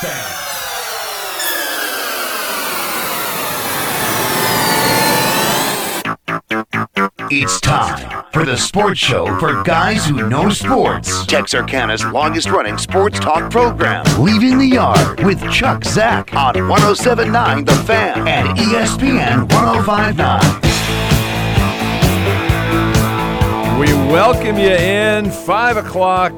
touchdown. It's time for the sports show for guys who know sports. Texarkana's longest running sports talk program. Leaving the yard with Chuck Zack On 1079 The Fan. and E ESPN 1059. We welcome you in five o'clock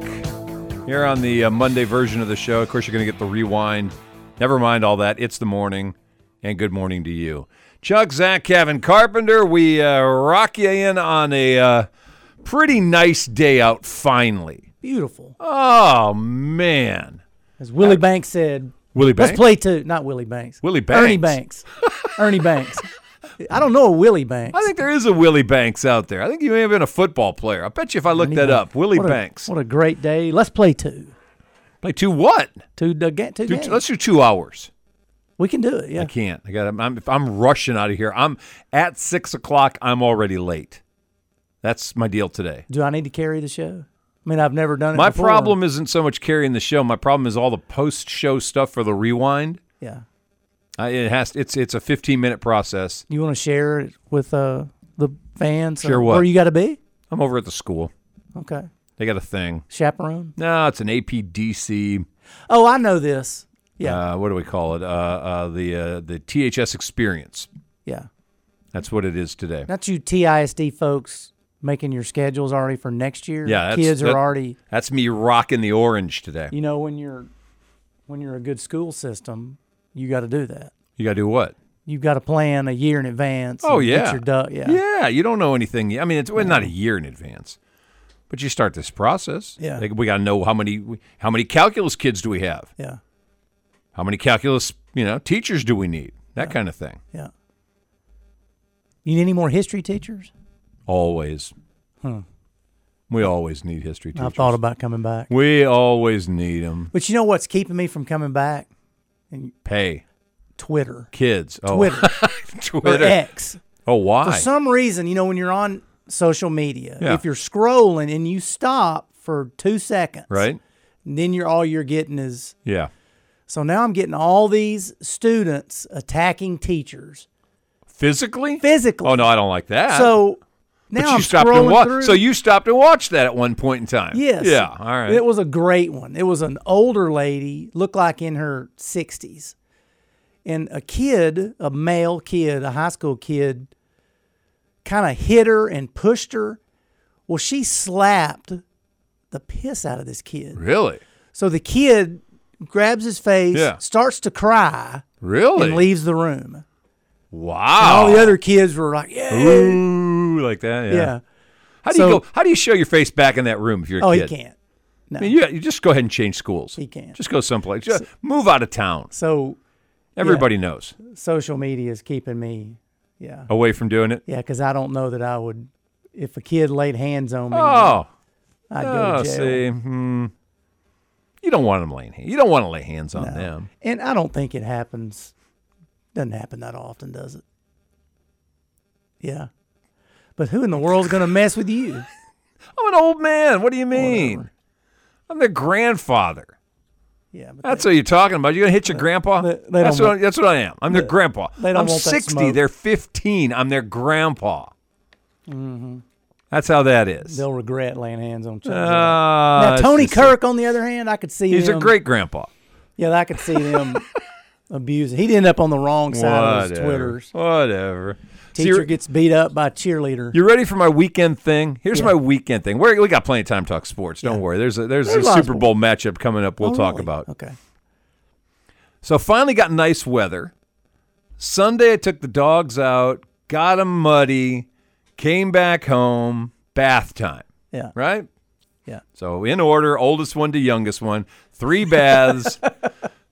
here on the uh, Monday version of the show. Of course, you're going to get the rewind. Never mind all that. It's the morning, and good morning to you, Chuck, Zach, Kevin, Carpenter. We uh, rock you in on a uh, pretty nice day out. Finally, Beautiful. oh man, As Willie Banks said, Willie let's Banks? play two. Not Willie Banks. Willie Ernie Banks. Ernie Banks. I don't know a Willie Banks. I think there is a Willie Banks out there. I think you may have been a football player. I bet you if I looked that up, Willie What a- Banks. What a great day. Let's play two. Play two what? Two, to get two Do, games. let's do two hours. we can do it. Yeah. I can't. I got. I'm. If I'm rushing out of here, I'm at six o'clock. I'm already late. That's my deal today. Do I need to carry the show? I mean, I've never done it. My before. problem isn't so much carrying the show. My problem is all the post-show stuff for the rewind. Yeah. I, it has. It's it's a 15-minute process. You want to share it with uh, the fans? Share or what? Where you got to be? I'm over at the school. Okay. They got a thing. Chaperone. No, it's an APDC. Oh, I know this. Yeah. Uh, what do we call it? Uh, uh, the uh, the THS experience. yeah. That's what it is today. Not you TISD folks making your schedules already for next year. Yeah, that's- Kids are that- already That's me rocking the orange today. you know when you're when you're a good school system you got to do that You gotta do what? you've got to plan a year in advance Oh and yeah, get your duck yeah. yeah. You don't know anything. I mean, it's well, not a year in advance, but you start this process. Yeah. Like, we got to know how many how many calculus kids do we have? yeah How many calculus you know teachers do we need? That kind of thing. yeah you need any more history teachers Always. We always need history teachers. Hmm. i've thought about coming back we always need them. but you know what's keeping me from coming back Pay twitter kids. Oh, twitter or Twitter. x Oh, for why? some reason you know when you're on social media Yeah. if you're scrolling and you stop for two seconds right? and then you're all you're getting is Yeah. So now I'm getting all these students attacking teachers Physically. physically. Oh no, I don't like that. So now But I'm you stopped scrolling and through. watched. So you stopped and watched that at one point in time. yes, Yeah. All right. It was a great one. It was an older lady, looked like in her 60s, and a kid, a male kid, a high school kid, kind of hit her and pushed her. Well, she slapped the piss out of this kid. really. So the kid grabs his face, Yeah. starts to cry, Really? and leaves the room. Wow. all the other kids were like, yeah, Ooh, like that. Yeah. yeah. How do you So- go? How do you show your face back in that room if you're a Oh, kid? he can't. I mean, you, you just go ahead and change schools. He can't. Just go someplace. Just move out of town. So Everybody knows. social media is keeping me, yeah, Away from doing it. yeah, because I don't know that I would. If a kid laid hands on me, Oh, I'd go oh, to jail. see, hmm. you don't want them laying. hand- You don't want to lay hands on No. them. And I don't think it happens. Doesn't happen that often, does it? Yeah. But who in the world's gonna mess with you? I'm an old man. What do you mean? I'm their grandfather. Yeah, but That's what you're talking about. You're gonna hit your grandpa. they- they that's don't what. want- that's what I am. I'm their grandpa. they don't I'm want that 60. smoke. They're 15. I'm their grandpa. That's how that is. Mm-hmm. they'll regret laying hands on children. Ah, now it's Tony just- Kirk, on the other hand, I could see He's him. a great grandpa. Yeah, I could see him abusing. He'd end up on the wrong side of his Whatever. Twitters. Whatever. So Teacher you're, gets beat up by cheerleader. you're ready for my weekend thing? Here's Yeah. my weekend thing. We're, we got plenty of time to talk sports. Don't worry. There's a there's, There's a lots Super more. Bowl matchup coming up. We'll Oh, talk really? about. Okay. So finally got nice weather. Sunday I took the dogs out, got them muddy, came back home, bath time. Yeah. right? Yeah. So in order, oldest one to youngest one, three baths.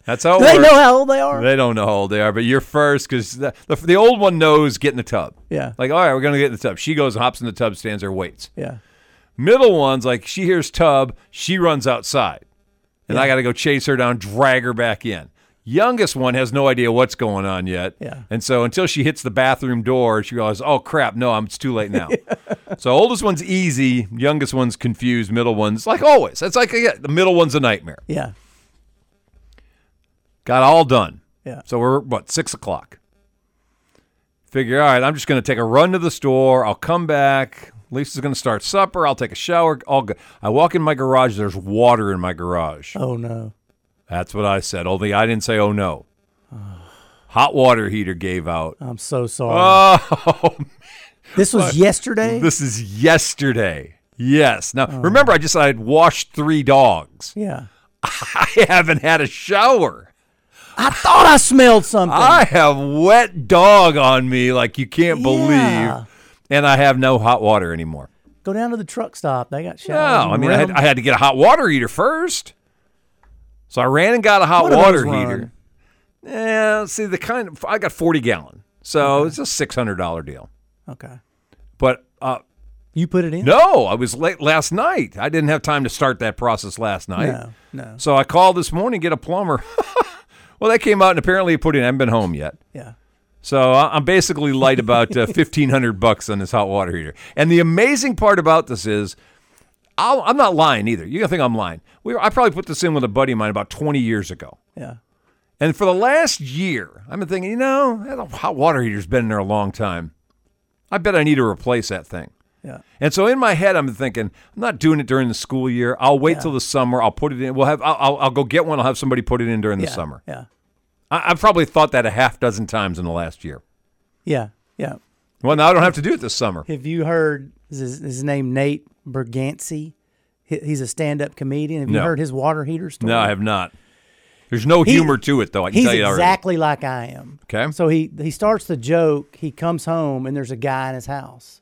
That's how it Do they works. know how old they are? They don't know how old they are, but you're first because the, the, the old one knows get in the tub. Yeah. Like, all right, we're going to get in the tub. She goes, hops in the tub, stands there, waits. yeah. Middle one's like, she hears tub, she runs outside. And I got to go chase her down, drag her back in. Youngest one has no idea what's going on yet. Yeah. And so until she hits the bathroom door, she realizes, oh crap, no, I'm, it's too late now. so oldest one's easy, youngest one's confused, middle one's like always. That's like, yeah, the middle one's a nightmare. Yeah. Got all done. Yeah. So we're what six o'clock. Figure, all right, I'm just going to take a run to the store. I'll come back. Lisa's going to start supper. I'll take a shower. All good. I walk in my garage. There's water in my garage. Oh no. That's what I said. Only I didn't say, oh no. Hot water heater gave out. I'm so sorry. Oh, this was yesterday? this is yesterday. Yes. Now, remember, I just I had washed three dogs. yeah. I haven't had a shower. I thought I smelled something. I have wet dog on me like you can't Yeah. believe. And I have no hot water anymore. Go down to the truck stop. They got No, showers. and I mean, I had, rent 'em. I had to get a hot water heater first. So I ran and got a hot What do those water run? heater. Yeah, see, the kind of, I got 40 gallon. So it's a $600 deal. okay. But uh, You put it in? no, I was late last night. I didn't have time to start that process last night. No. no. So I called this morning, get a plumber. well, they came out and apparently he put in. I haven't been home yet. Yeah. So I- I'm basically light about uh, fifteen hundred bucks on this hot water heater. And the amazing part about this is, I'll, I'm not lying either. You're gonna think I'm lying. We, I probably put this in with a buddy of mine about 20 years ago. Yeah. And for the last year, I've been thinking, you know, that hot water heater's been in there a long time. I bet I need to replace that thing. Yeah. And so in my head, I'm thinking, I'm not doing it during the school year. I'll wait till the summer. I'll put it in. We'll have. I'll, I'll, I'll go get one. I'll have somebody put it in during Yeah. the summer. Yeah. I, I've probably thought that a half dozen times in the last year. Yeah. Yeah. Well, now I don't have to do it this summer. Have you heard is his, is his name Nate Bergancy? He- He's a stand-up comedian. Have you No. heard his water heater story? No, I have not. There's no He- humor to it, though. I can He's tell you that already. exactly like I am. Okay. So he he starts the joke. He comes home and there's a guy in his house,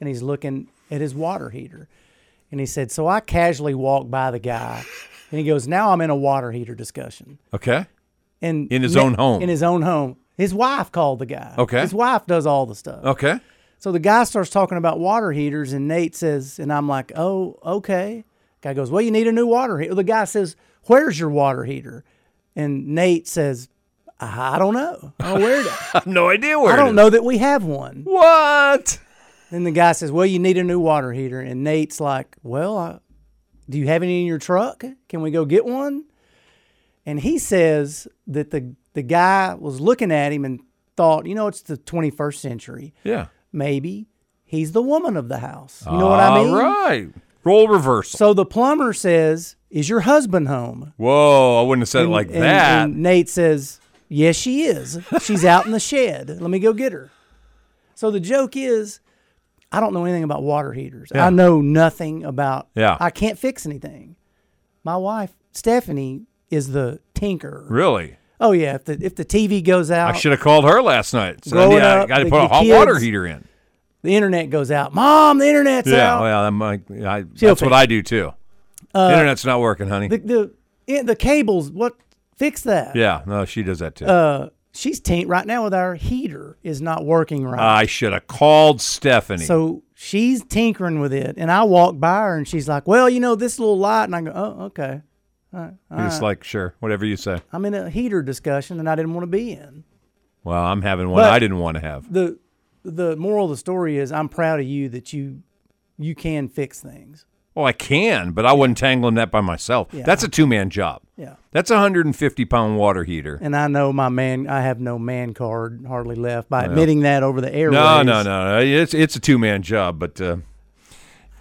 and he's looking at his water heater, and he said, "So I casually walk by the guy, and he goes, now I'm in a water heater discussion." Okay. And In his ne- own home. In his own home. His wife called the guy. Okay. His wife does all the stuff. Okay. So the guy starts talking about water heaters, and Nate says, and I'm like, oh, okay. Guy goes, well, you need a new water heater. The guy says, where's your water heater? And Nate says, I I don't know. I don't, where it I have no idea where. I it don't is. know that we have one. What? Then the guy says, well, you need a new water heater. And Nate's like, well, I, do you have any in your truck? Can we go get one? And he says that the, the guy was looking at him and thought, you know, it's the 21st century Yeah. maybe he's the woman of the house. You know what I mean? All right. Role reversal. So the plumber says, Is your husband home? Whoa! I wouldn't have said it like and, that. and Nate says, Yes, she is. She's out in the shed. Let me go get her. So the joke is, I don't know anything about water heaters. I know nothing about, Yeah. I can't fix anything. My wife, Stephanie, is the tinker. really? Oh, yeah. If the, if the TV goes I out, should have called her last night. So Growing yeah, I up, got to the- put a the hot water kids- heater in. the internet goes out. Mom, the internet's Yeah, out. well, I'm like, I, that's what fix Uh, I do too. Internet's not working, honey. The, the, yeah, the cables, what? Fix that. yeah, no, she does that too. Uh, she's taint right now with our heater is not working right. I should have called Stephanie. so she's tinkering with it, and I walk by her, and she's like, "Well, you know this little light," and I go, "Oh, okay." uh, it's like, sure, whatever you say. I'm in a heater discussion, and I didn't want to be in. Well, I'm having one But- I didn't want to have. the The moral of the story is, I'm proud of you that you you can fix things. Well, I can, but I wasn't tangling that by myself. That's a two man job. Yeah. That's a 150 pound water heater. And I know my man, I have no man card hardly left by admitting that over the airwaves. No, no, no, no. It's, it's a two man job, but uh,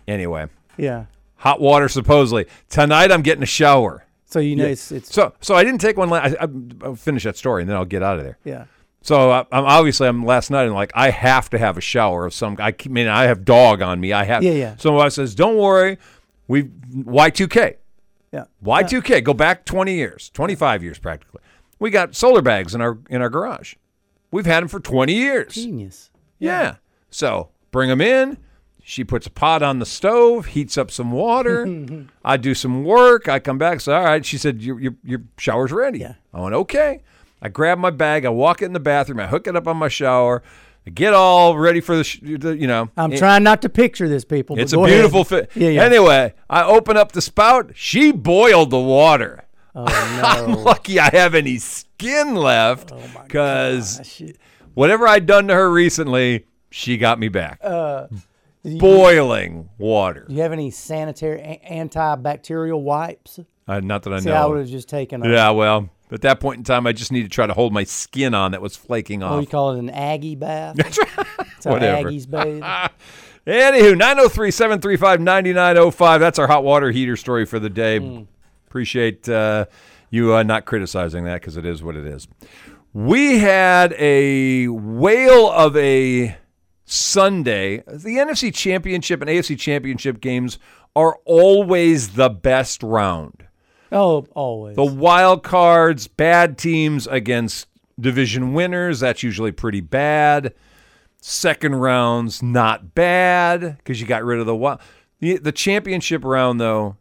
anyway, Yeah. hot water supposedly. Tonight I'm getting a shower. So you know, it's it's So, so I didn't take one. La- I, I, I'll finish that story and then I'll get out of there. yeah. So I, I'm obviously I'm last night and like I have to have a shower of some. I keep- I mean I have dog on me. I have. Yeah, yeah. So my wife says, "Don't worry, we Y2K, Yeah. Y2K. Go back 20 years, 25 years practically. We got solar bags in our in our garage. We've had them for 20 years. Genius. Yeah. So bring them in. She puts a pot on the stove, heats up some water. I do some work. I come back. So, all right. She said, your, your, your shower's ready. Yeah. I went, okay. I grab my bag. I walk in the bathroom. I hook it up on my shower. I get all ready for the, sh- the you know. I'm it- trying not to picture this, people. but It's a go ahead. beautiful fit. Yeah, yeah. Anyway, I open up the spout. She boiled the water. Oh, I'm lucky I have any skin left Oh, Ah, because whatever I'd done to her recently, she got me back. Uh, Boiling water. Do you have any sanitary a- antibacterial wipes? Uh, not that I See, I know. would of. have just taken a yeah, well, But at that point in time, I just need to try to hold my skin on that was flaking What do off. you call it? An Aggie bath? That's how Whatever. Aggies bathe. Anywho, 903 735 9905. That's our hot water heater story for the day. Appreciate uh, you uh, not criticizing that because it is what it is. We had a whale of a Sunday. The NFC Championship and AFC Championship games are always the best round. Oh, always. The wild cards, bad teams against division winners, that's usually pretty bad. Second rounds, not bad because you got rid of the wild. The, the championship round, though,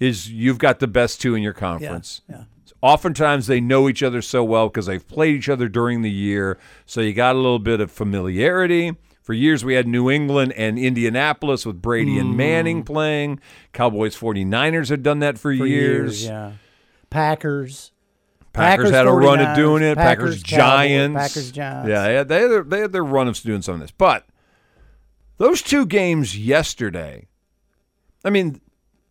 is you've got the best two in your conference. yeah. Oftentimes they know each other so well because they've played each other during the year. So you got a little bit of familiarity. For years, we had New England and Indianapolis with Brady and Manning playing. Cowboys 49ers had done that for, For years. Yeah. Packers. Packers, Packers had a run at 49ers, doing it. Packers, Packers, Cowboys, Giants. Packers, Giants. Yeah, they had, they, had their, they had their run of doing some of this. But those two games yesterday, I mean,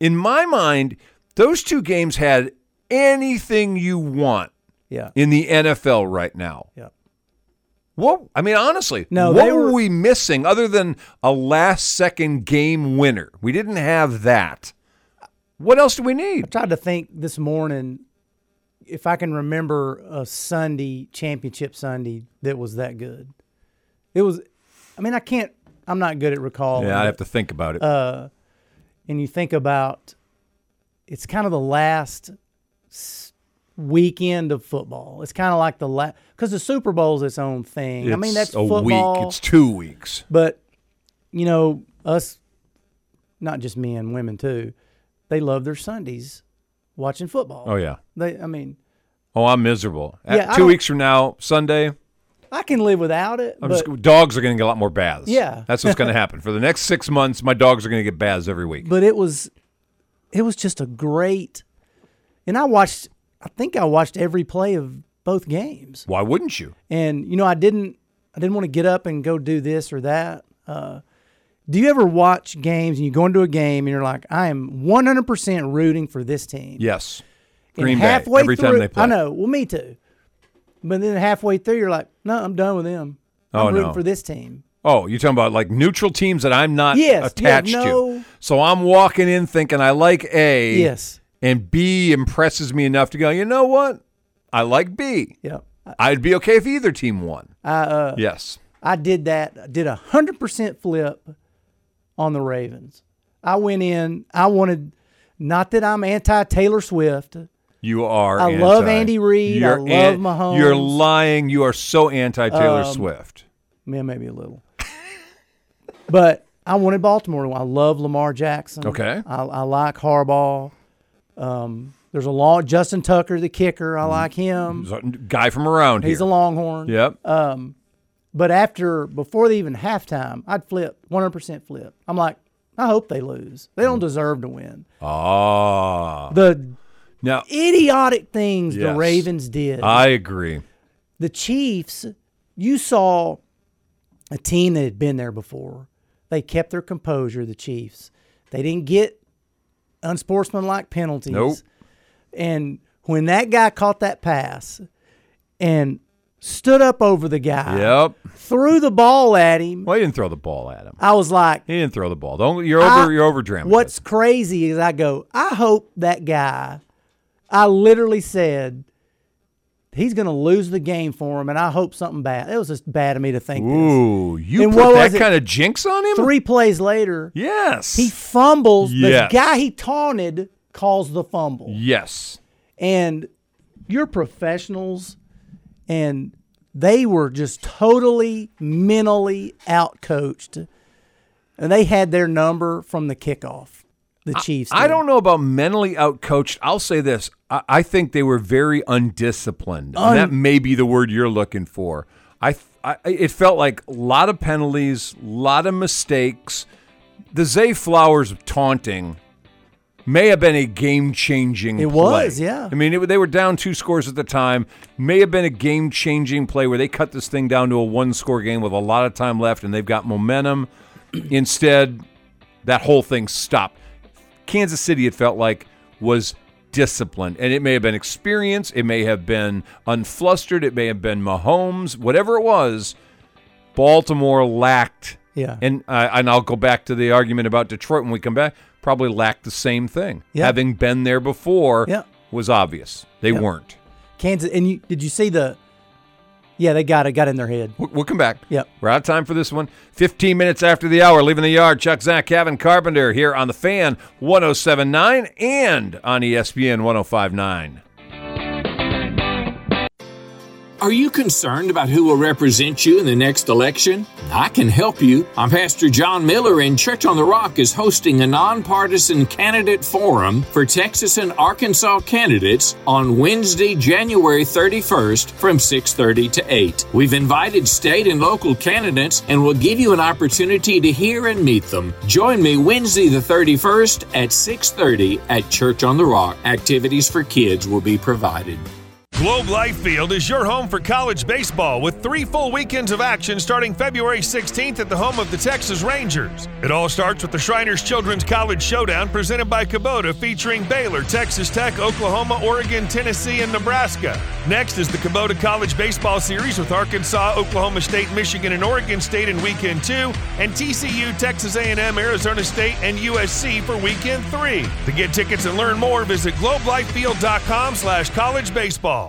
in my mind, those two games had anything you want Yeah. in the NFL right now. Yeah. What I mean, honestly, No, what they were were- we missing other than a last second game winner? We didn't have that. What else do we need? tried to think this morning if I can remember a Sunday championship Sunday that was that good. It was. I mean, I can't. I'm not good at recalling. Yeah, I it. have to think about it. Uh, and you think about it's kind of the last s- weekend of football. It's kind of like the last because the Super Bowl's its own thing. I mean, that's a football, week. It's two weeks. but you know, us, not just men, women too, they love their Sundays watching football. Oh yeah. They, I mean, Oh, I'm miserable. At- Yeah, I two don't- weeks from now, Sunday, I can live without it. I'm but, just, dogs are going to get a lot more baths. Yeah. that's what's going to happen for the next six months. My dogs are going to get baths every week. but it was it was just a great and i watched i think i watched every play of both games Why wouldn't you? and you know i didn't i didn't want to get up and go do this or that uh, do you ever watch games and you go into a game and you're like i am 100% rooting for this team Yes, And Green Bay, halfway every time through- they play. i know well me too but then halfway through you're like no i'm done with them i'm Oh, rooting no. for this team Oh, you're talking about like neutral teams that I'm not Yes, yeah, attached to. no. So I'm walking in thinking I like A. yes And B impresses me enough to go. You know what? I like B. yep I'd be okay if either team won. i uh, yes. I did that. I did a hundred percent flip on the Ravens. I went in. I wanted. Not that I'm anti Taylor Swift. You are. I love anti. Andy Reid. I love Mahomes. Um, You're lying. You are so anti Taylor Swift. Man, maybe a little. but I wanted Baltimore. to win. I love Lamar Jackson. Okay. I, I like Harbaugh. Um, there's a long Justin Tucker, the kicker. Mm-hmm. I like him. Guy from around He's a Uh, here. Longhorn. yep. But after, before they even halftime, I'd flip 100% flip. I'm like, I hope they lose. They Mm-hmm. don't deserve to win. Ah. The Now, idiotic things Yes. the Ravens did. I agree. the Chiefs, you saw a team that had been there before. They kept their composure, the Chiefs. They didn't get unsportsmanlike penalties. Nope. And when that guy caught that pass and stood up over the guy, Yep. threw the ball at him, Well, he didn't throw the ball at him. I was like, He didn't throw the ball. Don't. You're over. I- you're over dramatizing. What's crazy is I go, I hope that guy, I literally said, he's going to lose the game for him, and I hope something bad. It was just bad of me to think this. Ooh, you And put what that was it? kind of jinx on him. Three plays later, Yes. he fumbles. Yes. The guy he taunted calls the fumble. yes. And you're professionals, and they were just totally mentally outcoached. And they had their number from the kickoff, the Chiefs. I did. don't know about mentally outcoached. I'll say this. I, I think they were very undisciplined. and that may be the word you're looking for. I, I it felt like a lot of penalties, a lot of mistakes. The Zay Flowers taunting may have been a game changing. It was, yeah. I mean, it, they were down two scores at the time. May have been a game changing play where they cut this thing down to a one score game with a lot of time left, and they've got momentum. Instead, that whole thing stopped. Kansas City, it felt like, was disciplined. And it may have been experience, it may have been unflustered, it may have been Mahomes, whatever it was, Baltimore lacked. Yeah. And uh, and I'll go back to the argument about Detroit when we come back. Probably lacked the same thing. Yeah. Having been there before Yeah. was obvious. They weren't. Kansas, and you, did you see the? Yeah, they got it. Got in their head. We- We'll come back. Yep. We're out of time for this one. 15 minutes after the hour, leaving the yard. Chuck, Zach, Kevin Carpenter here on The Fan 1079 and on E ESPN 1059. Are you concerned about who will represent you in the next election? I can help you. I'm Pastor John Miller, and Church on the Rock is hosting a nonpartisan candidate forum for Texas and Arkansas candidates on Wednesday, January 31st from 6:30 to 8. We've invited state and local candidates and will give you an opportunity to hear and meet them. Join me Wednesday the 31st at 6:30 at Church on the Rock. Activities for kids will be provided. Globe Life Field is your home for college baseball with three full weekends of action starting February 16th at the home of the Texas Rangers. It all starts with the Shriners Children's College Showdown presented by Kubota featuring Baylor, Texas Tech, Oklahoma, Oregon, Tennessee, and Nebraska. Next is the Kubota College Baseball Series with Arkansas, Oklahoma State, Michigan, and Oregon State in weekend 2 and TCU, Texas A&M, Arizona State, and USC for weekend 3. To get tickets and learn more, visit globelifefield.com slash college baseball.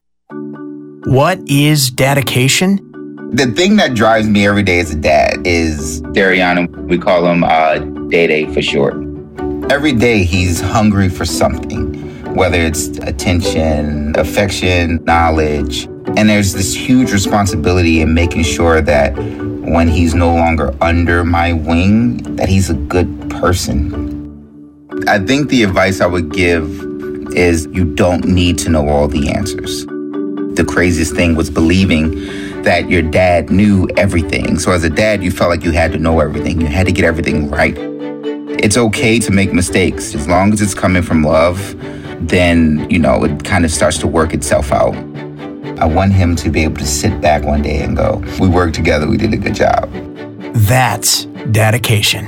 What is dedication? The thing that drives me every day as a dad is Dariana. We call him uh, Day Day for short. Every day he's hungry for something, whether it's attention, affection, knowledge. And there's this huge responsibility in making sure that when he's no longer under my wing, that he's a good person. I think the advice I would give is you don't need to know all the answers the craziest thing was believing that your dad knew everything. So as a dad, you felt like you had to know everything. You had to get everything right. It's okay to make mistakes. As long as it's coming from love, then, you know, it kind of starts to work itself out. I want him to be able to sit back one day and go, we worked together, we did a good job. That's dedication.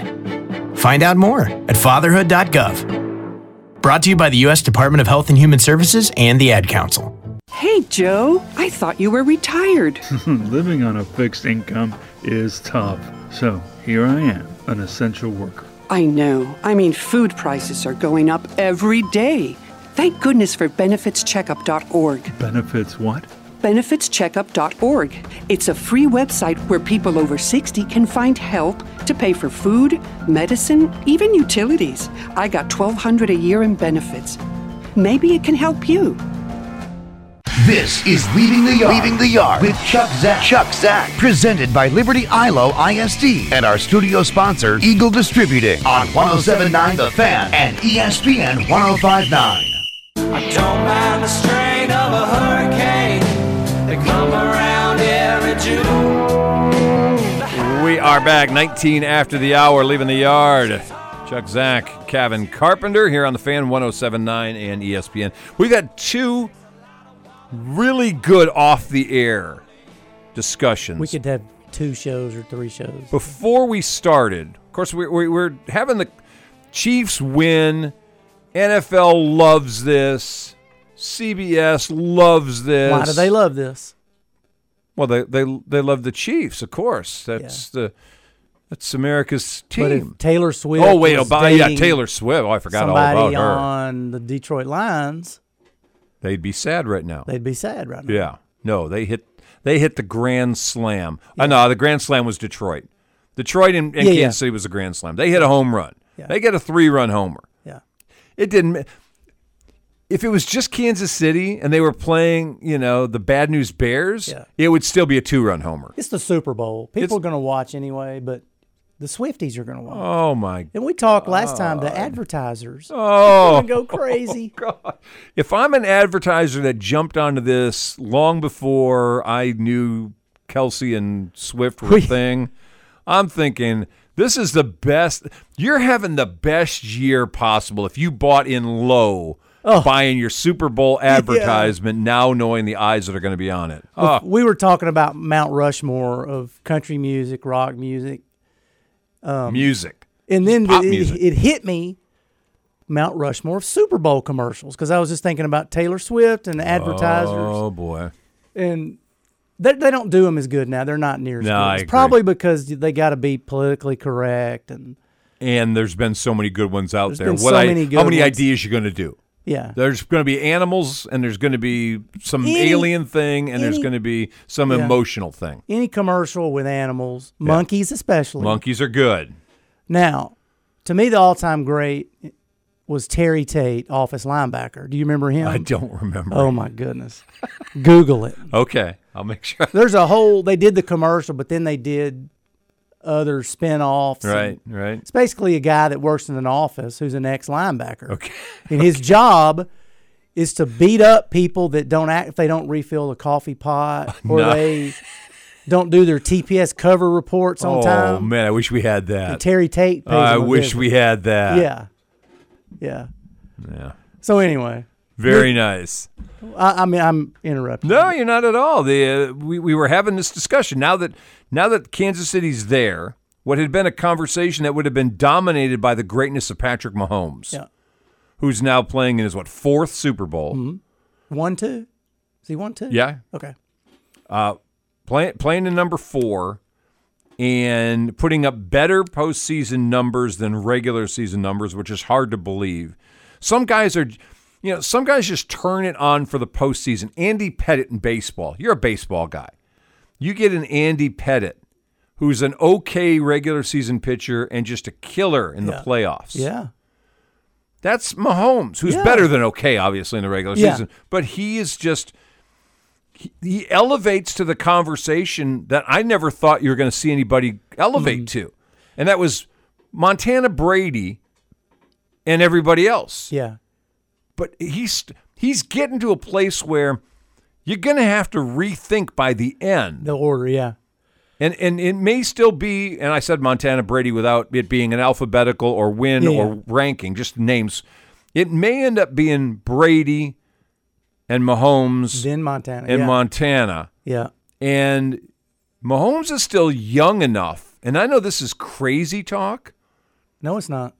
Find out more at fatherhood.gov. Brought to you by the U.S. Department of Health and Human Services and the Ad Council. Hey, Joe, I thought you were retired. Hmm, Living on a fixed income is tough. So here I am, an essential worker. I know. I mean, food prices are going up every day. Thank goodness for benefitscheckup.org. Benefits what? Benefitscheckup.org. It's a free website where people over 60 can find help to pay for food, medicine, even utilities. I got 1200 a year in benefits. Maybe it can help you. This is Leaving the Yard. Leaving the Yard. With Chuck Zack. Chuck Zack. Presented by Liberty ILO ISD and our studio sponsor, Eagle Distributing. On 1079 The Fan and E ESPN 1059. We are back, 19 after the hour, leaving the yard. Chuck Zach, Kevin Carpenter here on the fan 1079 and E ESPN. We've had two really good off the air discussions. We could have two shows or three shows. Before we started, of course, we, we, we're having the Chiefs win. NFL loves this. CBS loves this. Why do they love this? Well, they they they love the Chiefs, of course. That's the that's America's But team. if Taylor Swift. Oh wait, was Obama, yeah, dating Taylor Swift. Oh, I forgot all Somebody about her. on the Detroit Lions, They'd be sad right now. they'd be sad right now. yeah, no, they hit they hit the grand slam. Uh, no, the grand slam was Detroit. Detroit and, and Yeah, Kansas yeah. City was a grand slam. They hit a home run. Yeah. They get a three run homer. Yeah. It didn't. ma- If it was just Kansas City and they were playing, you know, the Bad News Bears, Yeah. it would still be a two run homer. It's the Super Bowl. People It's- are going to watch anyway, but The Swifties are going to want. Oh my! And we talked last time the advertisers. Oh. are gonna go crazy. If I'm an advertiser that jumped onto this long before I knew Kelsey and Swift were a thing, I'm thinking this is the best. You're having the best year possible if you bought in low. Oh. Buying your Super Bowl advertisement now, knowing the eyes that are going to be on it. Well, Oh, We were talking about Mount Rushmore of country music, rock music, Um, music. and then Pop it, music. it hit me Mount Rushmore of Super Bowl commercials because I was just thinking about Taylor Swift and advertisers, Oh boy. and they, they don't do them as good now. They're not near as No, good. I It's agree. probably because they got to be politically correct, and And there's been so many good ones out There's there. been what so I, many how good many ones. ideas you going to do? yeah, There's going to be animals, and there's going to be some Any- alien thing, and there's any- going to be some Yeah. emotional thing. any commercial with animals, monkeys especially. Monkeys are good. Now, to me, the all-time great was Terry Tate, office linebacker. Do you remember him? I don't remember. Oh my goodness. Google it. Okay, I'll make sure. There's a whole they did the commercial, but then they did other spin-offs. and- Right, right. It's basically a guy that works in an office who's an ex linebacker. Okay. And his job is to beat up people that don't act if they don't refill the coffee pot or No. they don't do their TPS cover reports on oh time. man, I wish we had And that. Terry Tate pays I him a wish visit. we had that. Yeah. Yeah. Yeah. So anyway, Very nice. I, I mean I'm interrupting. No, you're not at all. The uh, we, we were having this discussion now that now that Kansas City's there. What had been a conversation that would have been dominated by the greatness of Patrick Mahomes, Yeah. who's now playing in his what fourth Super Bowl. Mm-hmm. One two? Is he one two? Yeah, Okay. playing playing in number four and putting up better postseason numbers than regular season numbers, which is hard to believe. Some guys are, you know, some guys just turn it on for the postseason. Andy Pettit in baseball, you're a baseball guy. You get an Andy Pettit who's an okay regular season pitcher and just a killer in the playoffs. Yeah. That's Mahomes, who's Yeah. better than okay, obviously, in the regular Yeah. season. But he is just, he, he elevates to the conversation that I never thought you were going to see anybody elevate Mm-hmm. to. And that was Montana Brady and everybody else. Yeah. But he's, he's getting to a place where you're going to have to rethink by the end. The order, yeah. And and it may still be, and I said Montana Brady without it being an alphabetical or win Yeah, yeah. or ranking, just names. It may end up being Brady and Mahomes Then Montana. and yeah. Montana. Yeah. And Mahomes is still young enough, and I know this is crazy talk. No, it's not.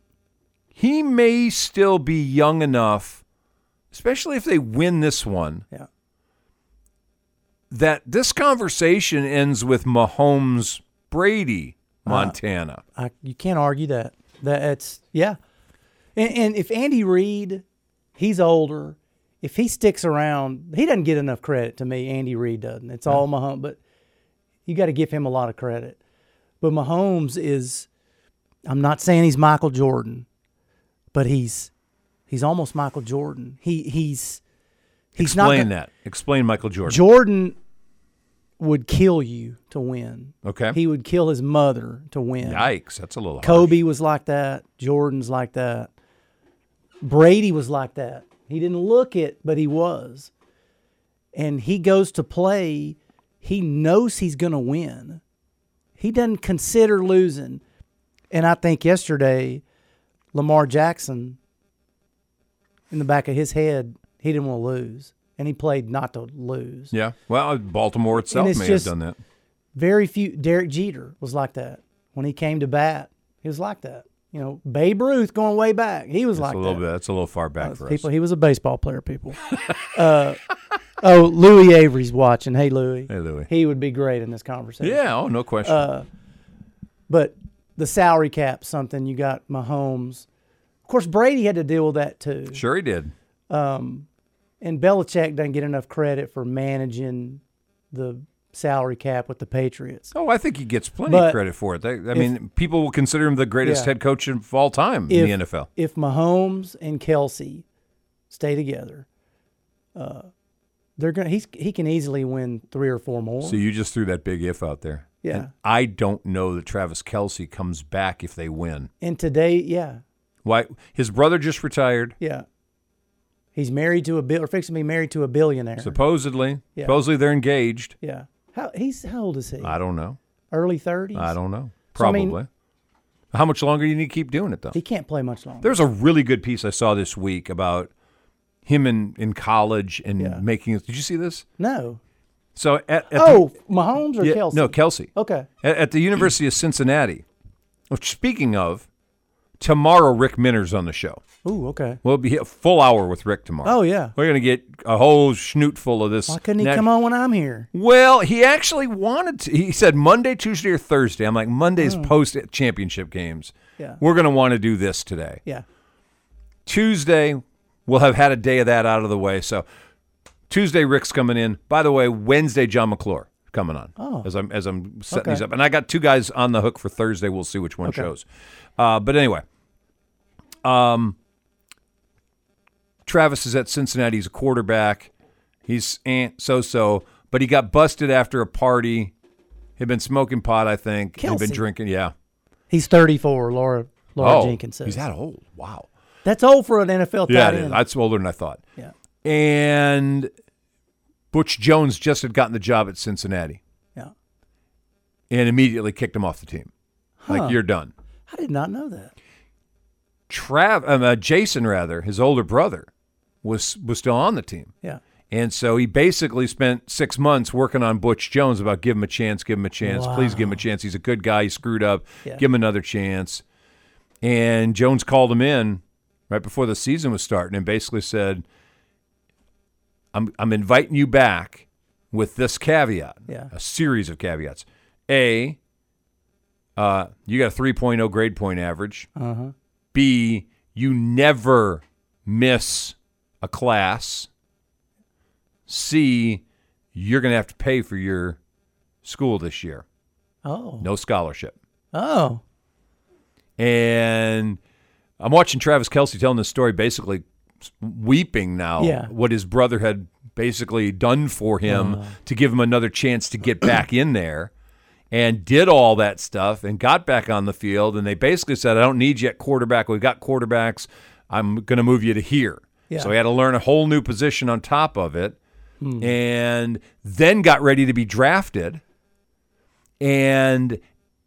He may still be young enough, especially if they win this one, Yeah. that this conversation ends with Mahomes Brady Uh-huh. Montana. I, you can't argue that. That it's yeah. And, and if Andy Reid, he's older. If he sticks around, he doesn't get enough credit to me. Andy Reid doesn't. It's all Mahomes, but you got to give him a lot of credit. But Mahomes is. I'm not saying he's Michael Jordan, but he's he's almost Michael Jordan. He he's he's not. Explain gonna- that. Explain Michael Jordan. Jordan would kill you to win. Okay. He would kill his mother to win. Yikes, that's a little harsh. Kobe was like that. Jordan's like that. Brady was like that. He didn't look it, but he was. And he goes to play. He knows he's going to win. He doesn't consider losing. And I think yesterday, Lamar Jackson, in the back of his head, he didn't want to lose. And he played not to lose. Yeah. Well, Baltimore itself it's may just- have done that. Very few. Derek Jeter was like that when he came to bat. He was like that. You know, Babe Ruth going way back. He was That's like a little that. bit. That's a little far back for People, us. he was a baseball player. People. uh, oh, Louis Avery's watching. Hey, Louis. Hey, Louis. He would be great in Uh, this conversation. Yeah. Oh, no question. But the salary cap, something you got Mahomes. Of course, Brady had to deal with that too. sure, he did. And Belichick doesn't get enough credit for managing the salary cap with the Patriots. Oh, I think he gets plenty of But credit for it. They, I mean, people will consider him the greatest Yeah. head coach of all time if, in the NFL. If Mahomes and Kelsey stay together, uh, they're gonna he's he can easily win three or four more. So you just threw that big if out there. Yeah. And I don't know that Travis Kelsey comes back if they win. And today, yeah, Why? His brother just retired, yeah. He's married to a bill or fixing to be married to a billionaire. supposedly. Yeah. Supposedly they're engaged. yeah. How he's how old is he? I don't know. Early thirties? I don't know. So, I Probably. mean- How much longer do you need to keep doing it, though? He can't play much longer. There's a really good piece I saw this week about him in, in college and making it. Did you see this? No. So at, at the- oh, Mahomes or Yeah, Kelsey? No, Kelsey. Okay. At, at the University of Cincinnati. Which, speaking of, tomorrow Rick Minner's on the show. Ooh, okay. We'll be a full hour with Rick tomorrow. Oh, yeah. We're going to get a whole schnoot full of this. Why couldn't he nat- come on when I'm here? Well, he actually wanted to. He said Monday, Tuesday, or Thursday. I'm like, Monday's Hmm. post championship games. Yeah. We're going to want to do this today. Yeah. Tuesday, we'll have had a day of that out of the way. So Tuesday, Rick's coming in. By the way, Wednesday, John McClure coming on. Oh. As I'm as I'm setting Okay. these up, and I got two guys on the hook for Thursday. We'll see which one Okay. shows. Uh, but anyway, um, Travis is at Cincinnati. He's a quarterback. He's eh, so-so, but he got busted after a party. Had been smoking pot, I think. Had been Kelsey. drinking. Yeah. He's 34, Laura Laura Jenkins says. Oh, He's that old. Wow. That's old for an NFL yeah, tight it is. end. That's older than I thought. Yeah. And Butch Jones just had gotten the job at Cincinnati. Yeah. And immediately kicked him off the team. Huh. Like you're done. I did not know that. Trav, um, uh, Jason rather, his older brother, was was still on the team, Yeah. and so he basically spent six months working on Butch Jones about give him a chance, give him a chance, please give him a chance. He's a good guy. He screwed up. Yeah. Give him another chance. And Jones called him in right before the season was starting, and basically said, "I'm I'm inviting you back with this caveat, Yeah. a series of caveats. A, uh, you got a 3.0 grade point average." Uh huh. B, you never miss a class. C, you're going to have to pay for your school this year. Oh. No scholarship. Oh. And I'm watching Travis Kelsey telling this story, basically weeping now. Yeah. Uh-huh. What his brother had basically done for him to give him another chance to get back in there, and did all that stuff and got back on the field. And they basically said, "I don't need you at quarterback. We've got quarterbacks. I'm going to move you to here." Yeah. So he had to learn a whole new position on top of it, Hmm. and then got ready to be drafted and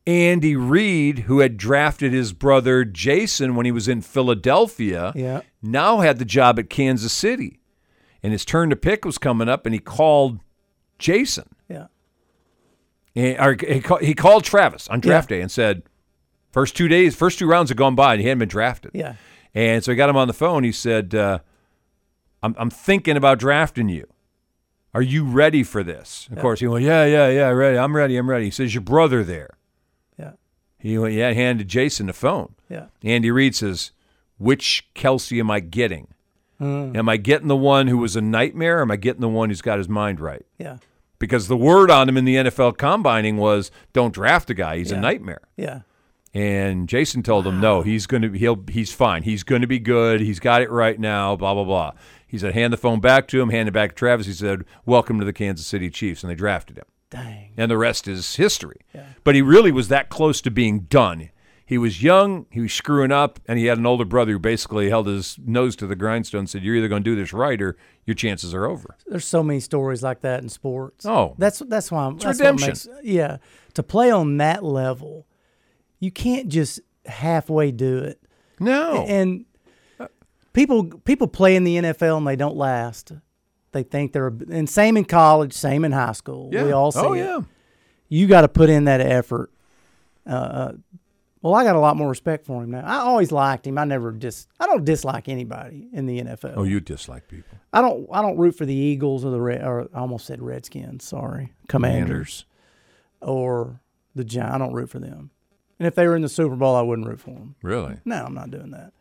Andy Reid, who had drafted his brother Jason when he was in Philadelphia, Yeah. now had the job at Kansas City. And his turn to pick was coming up, and he called Jason. Yeah. And, or he, ca- he called Travis on draft day and said, first two days, first two rounds had gone by, and he hadn't been drafted. Yeah. And so he got him on the phone. He said, uh, I'm, I'm thinking about drafting you. Are you ready for this? Of course, he went, Yeah, yeah, yeah, ready. I'm ready. I'm ready. He says, Your brother there. Yeah. He went, Yeah, handed Jason the phone. Yeah. Andy Reid says, Which Kelsey am I getting? Am I getting the one who was a nightmare? Or am I getting the one who's got his mind right? Yeah. Because the word on him in the NFL combining was, Don't draft a guy. He's a nightmare. Yeah. And Jason told him, "No, he's going to be he'll he's fine. He's going to be good. He's got it right now. Blah blah blah." He said, "Hand the phone back to him. Hand it back to Travis." He said, "Welcome to the Kansas City Chiefs," and they drafted him. Dang. And the rest is history. But he really was that close to being done. He was young. He was screwing up, and he had an older brother who basically held his nose to the grindstone and said, "You're either going to do this right, or your chances are over." There's so many stories like that in sports. Oh. that's that's why I'm. It's that's redemption. What makes, yeah, to play on that level, you can't just halfway do it. No, Uh, And people people play in the NFL and they don't last. They think they're and same in college, same in high school. yeah. We all see oh it. yeah. You got to put in that effort. Uh, Uh, well, I got a lot more respect for him now. I always liked him. I never dis I don't dislike anybody in the NFL. Oh, you dislike people. I don't I don't root for the Eagles or the Red or I almost said Redskins, sorry. Commanders. Or the Giants. I don't root for them. And if they were in the Super Bowl, I wouldn't root for them. Really? No, I'm not doing that.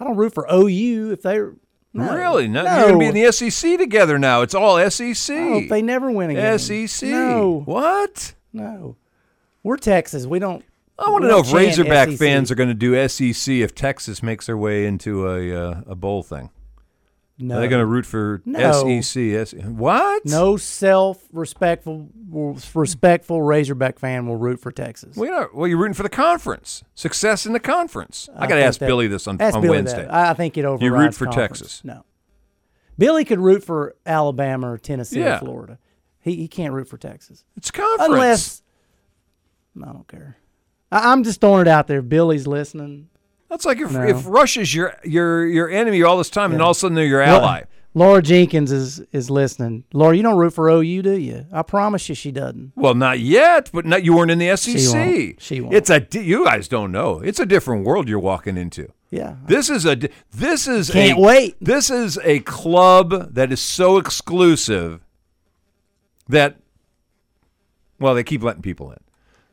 I don't root for OU if they no. Really? No, You're going to be in the E SEC together now. It's all E SEC. No, if they never win again. SEC. No, E What? no. We're Texas. We don't. I want to we E know don't if chant Razorback SEC. E fans are going to do SEC if Texas makes their way into a uh, a bowl thing. No. Are they going to root for No. SEC? S- E what? No self-respectful respectful Razorback fan will root for Texas. Well, you're not- well, you're rooting for the conference. Success in the conference. I, got to think ask that- Billy this on, ask on Billy Wednesday. that. I I think it You overrides. root for conference. Texas. No, Billy could root for Alabama or Tennessee Yeah. or Florida. He he can't root for Texas. It's conference. Unless I don't care. I, I'm just throwing it out there. Billy's listening. That's like if, No. if Russia's your your your enemy all this time, and Yeah. all of a sudden they're your Well, ally. Laura Jenkins is is listening. Laura, you don't root for OU, do you? I promise you, she doesn't. Well, not yet, but not, you weren't in the SEC. won't. She won't. It's a di- you guys don't know. It's a different world you're walking into. Yeah. This is a di- this is Can't a, wait. This is a club that is so exclusive that well, they keep letting people in.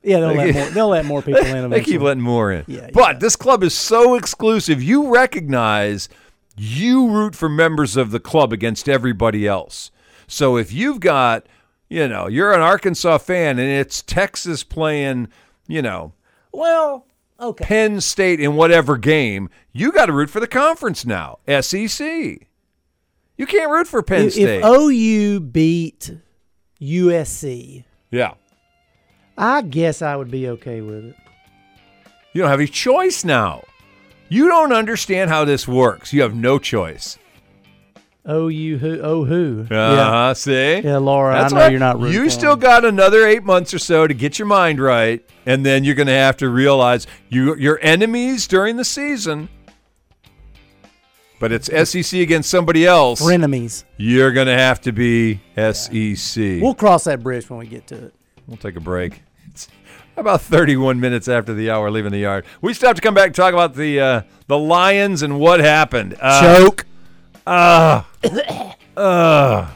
Yeah, they'll They let keep- more, they'll let more people in. They keep eventually. letting more in. Yeah, but this club is so exclusive. You recognize you root for members of the club against everybody else. So if you've got, you know, you're an Arkansas fan and it's Texas playing, you know, Well, okay. Penn State in whatever game, you got to root for the conference now, SEC. You can't root for Penn if, State. if OU beat USC, yeah. I guess I would be okay with it. You don't have a choice now. You don't understand how this works. You have no choice. OU who? Oh who? Uh-huh, see? Yeah, Laura, I know why- you're not rooting You for still him. got another eight months or so to get your mind right, and then you're going to have to realize you your enemies during the season. But it's SEC against somebody else. frenemies. You're going to have to be E SEC. We'll cross that bridge when we get to it. We'll take a break. It's about 31 minutes after the hour, leaving the yard. We still have to come back and talk about the uh, the Lions and what happened. Uh, Choke. Uh, uh,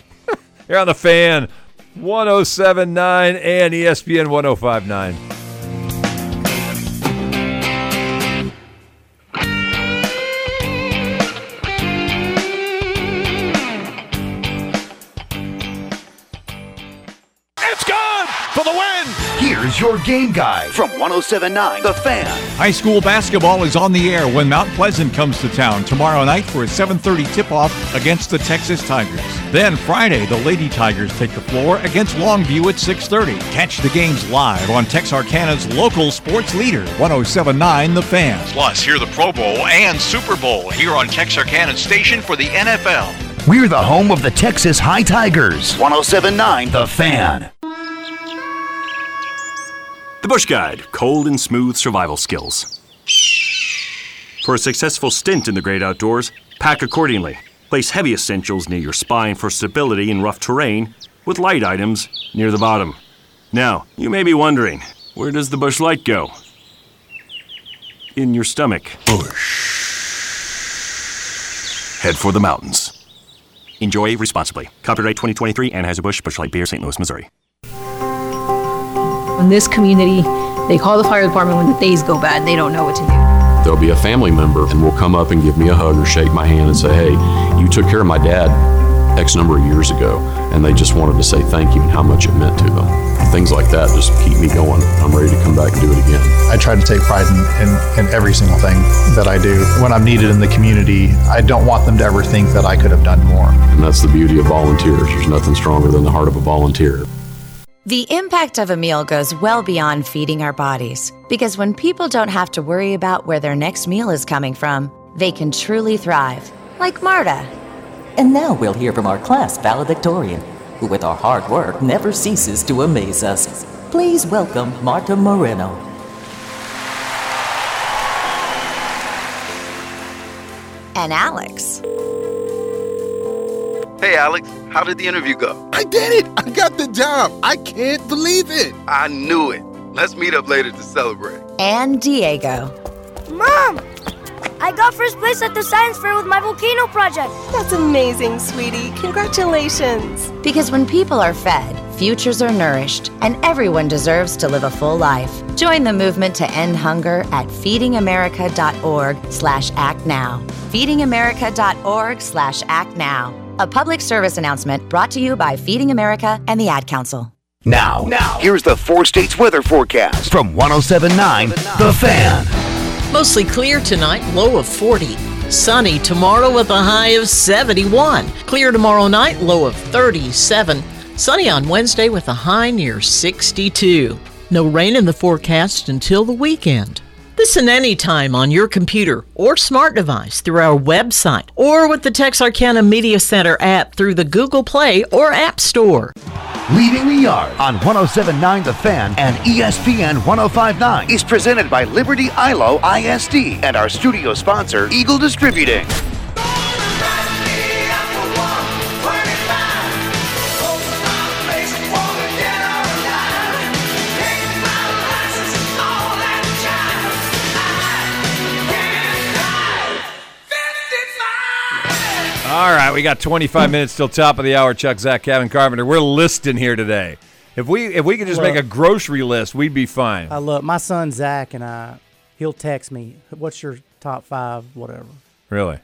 you're on the fan. 1079 and E ESPN 1059. It's good for the win. Here's your game guide From 1079 The Fan. High school basketball is on the air when Mount Pleasant comes to town tomorrow night for a 7:30 tip-off against the Texas Tigers. Then Friday, the Lady Tigers take the floor against Longview at 6:30. Catch the games live on Texarkana's local sports leader, 1079 The Fan. Plus, hear the Pro Bowl and Super Bowl here on Texarkana Station for the NFL. We're the home of the Texas High Tigers. 1079 The Fan. The Bush Guide Cold and Smooth Survival Skills. For a successful stint in the great outdoors, pack accordingly. Place heavy essentials near your spine for stability in rough terrain, with light items near the bottom. Now, you may be wondering where does the bush light go? In your stomach. Bush. Head for the mountains. Enjoy responsibly. Copyright 2023 Anheuser-Busch Bush Light Beer, St. Louis, Missouri. In this community, they call the fire department when the days go bad and they don't know what to do. There'll be a family member and will come up and give me a hug or shake my hand and say, hey, you took care of my dad X number of years ago. And they just wanted to say thank you and how much it meant to them. Things like that just keep me going. I'm ready to come back and do it again. I try to take pride in, in, in every single thing that I do. When I'm needed in the community, I don't want them to ever think that I could have done more. And that's the beauty of volunteers. There's nothing stronger than the heart of a volunteer. The impact of a meal goes well beyond feeding our bodies because when people don't have to worry about where their next meal is coming from, they can truly thrive. Like Marta. And now we'll hear from our class valedictorian, who with our hard work never ceases to amaze us. Please welcome Marta Moreno. And Alex. Hey, Alex, how did the interview go? I did it! I got the job! I can't believe it! I knew it. Let's meet up later to celebrate. And Diego. Mom! I got first place at the science fair with my volcano project. That's amazing, sweetie. Congratulations. Because when people are fed, futures are nourished, and everyone deserves to live a full life. Join the movement to end hunger at feedingamerica.org slash act now. Feedingamerica.org slash act now. A public service announcement brought to you by Feeding America and the Ad Council. Now, now, here's the four states weather forecast from 1079 The Fan. Mostly clear tonight, low of 40. Sunny tomorrow with a high of 71. Clear tomorrow night, low of 37. Sunny on Wednesday with a high near 62. No rain in the forecast until the weekend. Listen anytime on your computer or smart device through our website or with the Texarkana Media Center app through the Google Play or App Store. Leaving the Yard on 1079 The Fan and E ESPN 1059 is presented by Liberty ILO ISD and our studio sponsor, Eagle Distributing. All right, we got 25 minutes till top of the hour. Chuck, Zach, Kevin Carpenter, we're listing here today. If we if we could just make a grocery list, we'd be fine. I love my son Zach, and I. He'll text me, "What's your top five? Whatever." Really?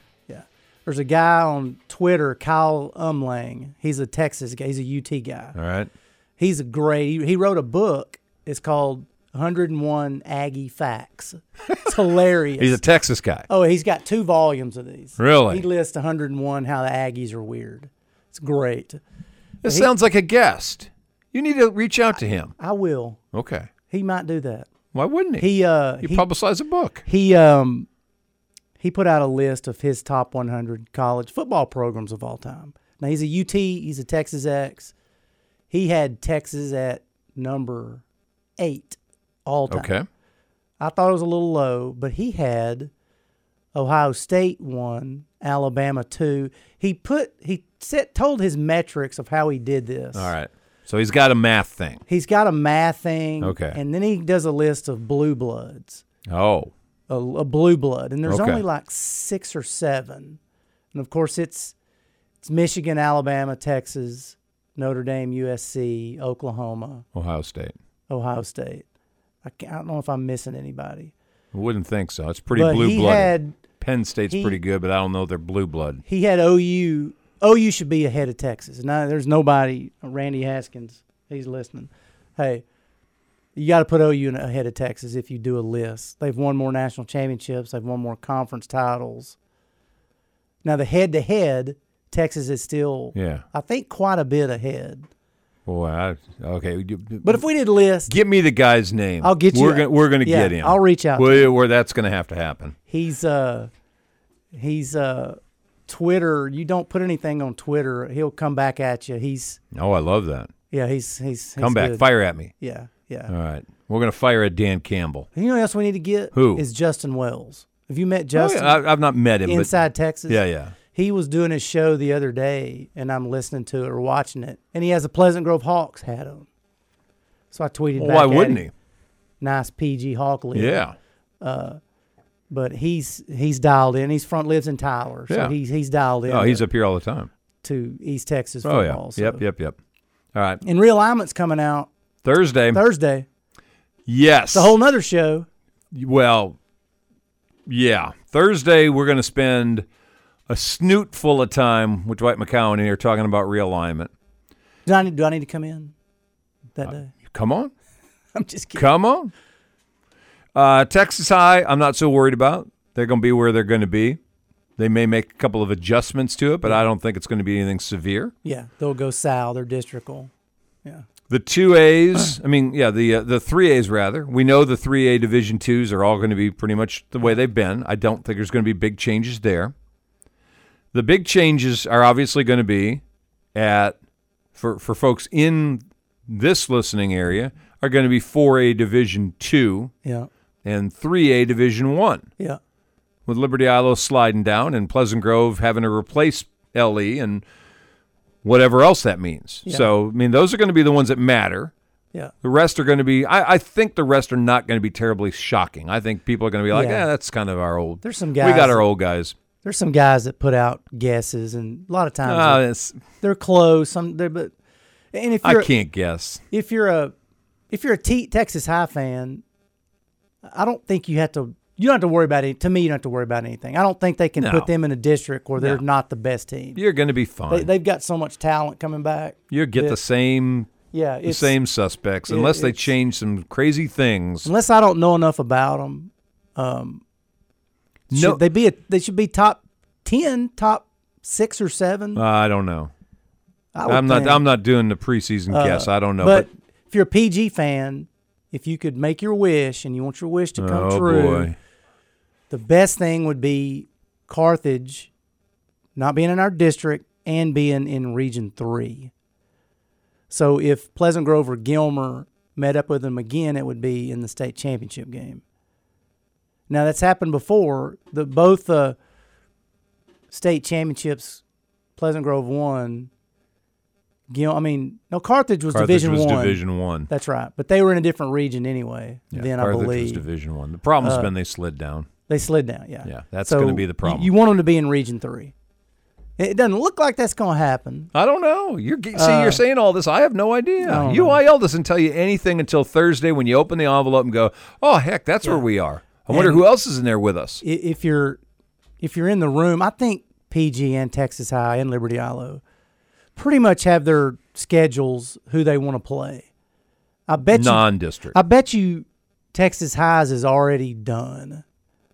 There's a guy on Twitter, Kyle Umlang. He's a Texas guy. He's a UT guy. All right. He's a great. He wrote a book. It's called 101 Aggie Facts. It's hilarious. He's a Texas guy. Oh, he's got two volumes of these. Really? He lists 101 how the Aggies are weird. It's great. This sounds like a guest. You need to reach out to him. I will. Okay. He might do that. Why wouldn't he? He uh You publicize a book. He um he put out a list of his top 100 college football programs of all time. Now he's a UT, he's a Texas X. He had Texas at number 8 all time. Okay. I thought it was a little low, but he had Ohio State 1, Alabama 2. He put he set told his metrics of how he did this. All right. So he's got a math thing. He's got a math thing. Okay. And then he does a list of blue bloods, Oh, a, a blue blood, and there's Okay. only like six or seven, and of course it's it's Michigan, Alabama, Texas, Notre Dame, USC, Oklahoma, Ohio State. Ohio State. I, can't, I don't know if I'm missing anybody. I wouldn't think so. It's pretty But he blue blooded. had- Penn State's he- pretty good, but I don't know if they're blue blood. He had OU. OU should be ahead of Texas. Now there's nobody. Randy Haskins, he's listening. Hey, you got to put OU in ahead of Texas if you do a list. They've won more national championships. They've won more conference titles. Now the head to head, Texas is still, Yeah. I think, quite a bit ahead. Boy, I, okay. But But if we did list, give me the guy's name, I'll get you- We're gonna, we're gonna Yeah, get him. I'll reach out to Where, where that's gonna have to happen. he's uh, he's uh, Twitter. You don't put anything on Twitter, he'll come back at you. He's Oh, I love that. yeah, he's he's, he's Come back, good. fire at me. Yeah, yeah. All right, we're gonna fire at Dan Campbell. You know what else we need to get? Who? Is Justin Wells. Have you met Justin? Oh, I- I've not met him, but- Inside Texas? Yeah, yeah. He was doing his show the other day, and I'm listening to it or watching it, and he has a Pleasant Grove Hawks hat on. So I tweeted Well, back why at wouldn't him, he? Nice PG Hawk lid. Yeah. Uh, but he's he's dialed in. He's front lives in Tyler, so Yeah. he's he's dialed in. Oh, he's up here all the time. to East Texas Oh football. yeah. So. Yep, yep, yep. All right. And realignment's coming out Thursday. Thursday. Yes. It's a whole nother show. Well, yeah. Thursday, we're going to spend a snoot full of time with Dwight McCowan here talking about realignment. Do I need, do I need to come in that day? Come on. I'm just kidding. Uh, Come on. Uh, Texas High, I'm not so worried about. They're going to be where they're going to be. They may make a couple of adjustments to it, but I don't think it's going to be anything severe. Yeah, they'll go Sal. They're districtal. Yeah. The two A's, I mean, yeah, the uh, the three A's rather. We know the three A Division twos are all going to be pretty much the way they've been. I don't think there's going to be big changes there. The big changes are obviously going to be at for for folks in this listening area are going to be four A Division two, Yeah. and three A Division one Yeah. with Liberty Islo sliding down and Pleasant Grove having to replace LE and whatever else that means. Yeah. So, I mean, those are going to be the ones that matter. Yeah. The rest are going to be, I, I think the rest are not going to be terribly shocking. I think people are going to be like, yeah, Yeah. that's kind of our old. There's some We guys got our that- old guys. There's some guys that put out guesses, and a lot of times Ah, they're- it's- they're close. Some, they're, but and if I you're, can't guess. If you're a if you're a T- Texas High fan, I don't think you have to. You don't have to worry about it. To me, you don't have to worry about anything. I don't think they can No. put them in a district where they're No. not the best team. You're going to be fine. They, they've got so much talent coming back. You'll get that- the same. Yeah, the it's- same suspects, it- unless they it's- change some crazy things. unless I don't know enough about them. Um, No- should they be? A, they should be top ten, top six or seven. Uh, I don't know. I would I'm not. think. I'm not doing the preseason Uh, guess. I don't know. But, if you're a PG fan, if you could make your wish and you want your wish to come Oh, true, boy. the best thing would be Carthage not being in our district and being in Region 3. So if Pleasant Grove or Gilmer met up with them again, it would be in the state championship game. Now that's happened before. The both the state championships Pleasant Grove won. Gil, I mean, no, Carthage was Carthage Division was One. Division One. That's right, but they were in a different region anyway. Yeah, then I Carthage was believe Division One. The problem's Uh, been they slid down. They slid down. Yeah. Yeah, that's gonna be the you- problem. You, want them to be in Region Three. It doesn't look like that's going to happen. I don't know. You're ge- see, Uh, you're saying all this. I have no idea. I don't UIL doesn't tell you anything until Thursday when you open the envelope and go, "Oh heck, that's where we are." I wonder And- who else is in there with us. i- if you're if you're in the room, I think PG and Texas High and Liberty ILO pretty much have their schedules who they want to play. I bet you- Non-district. I bet you Texas High's is already done.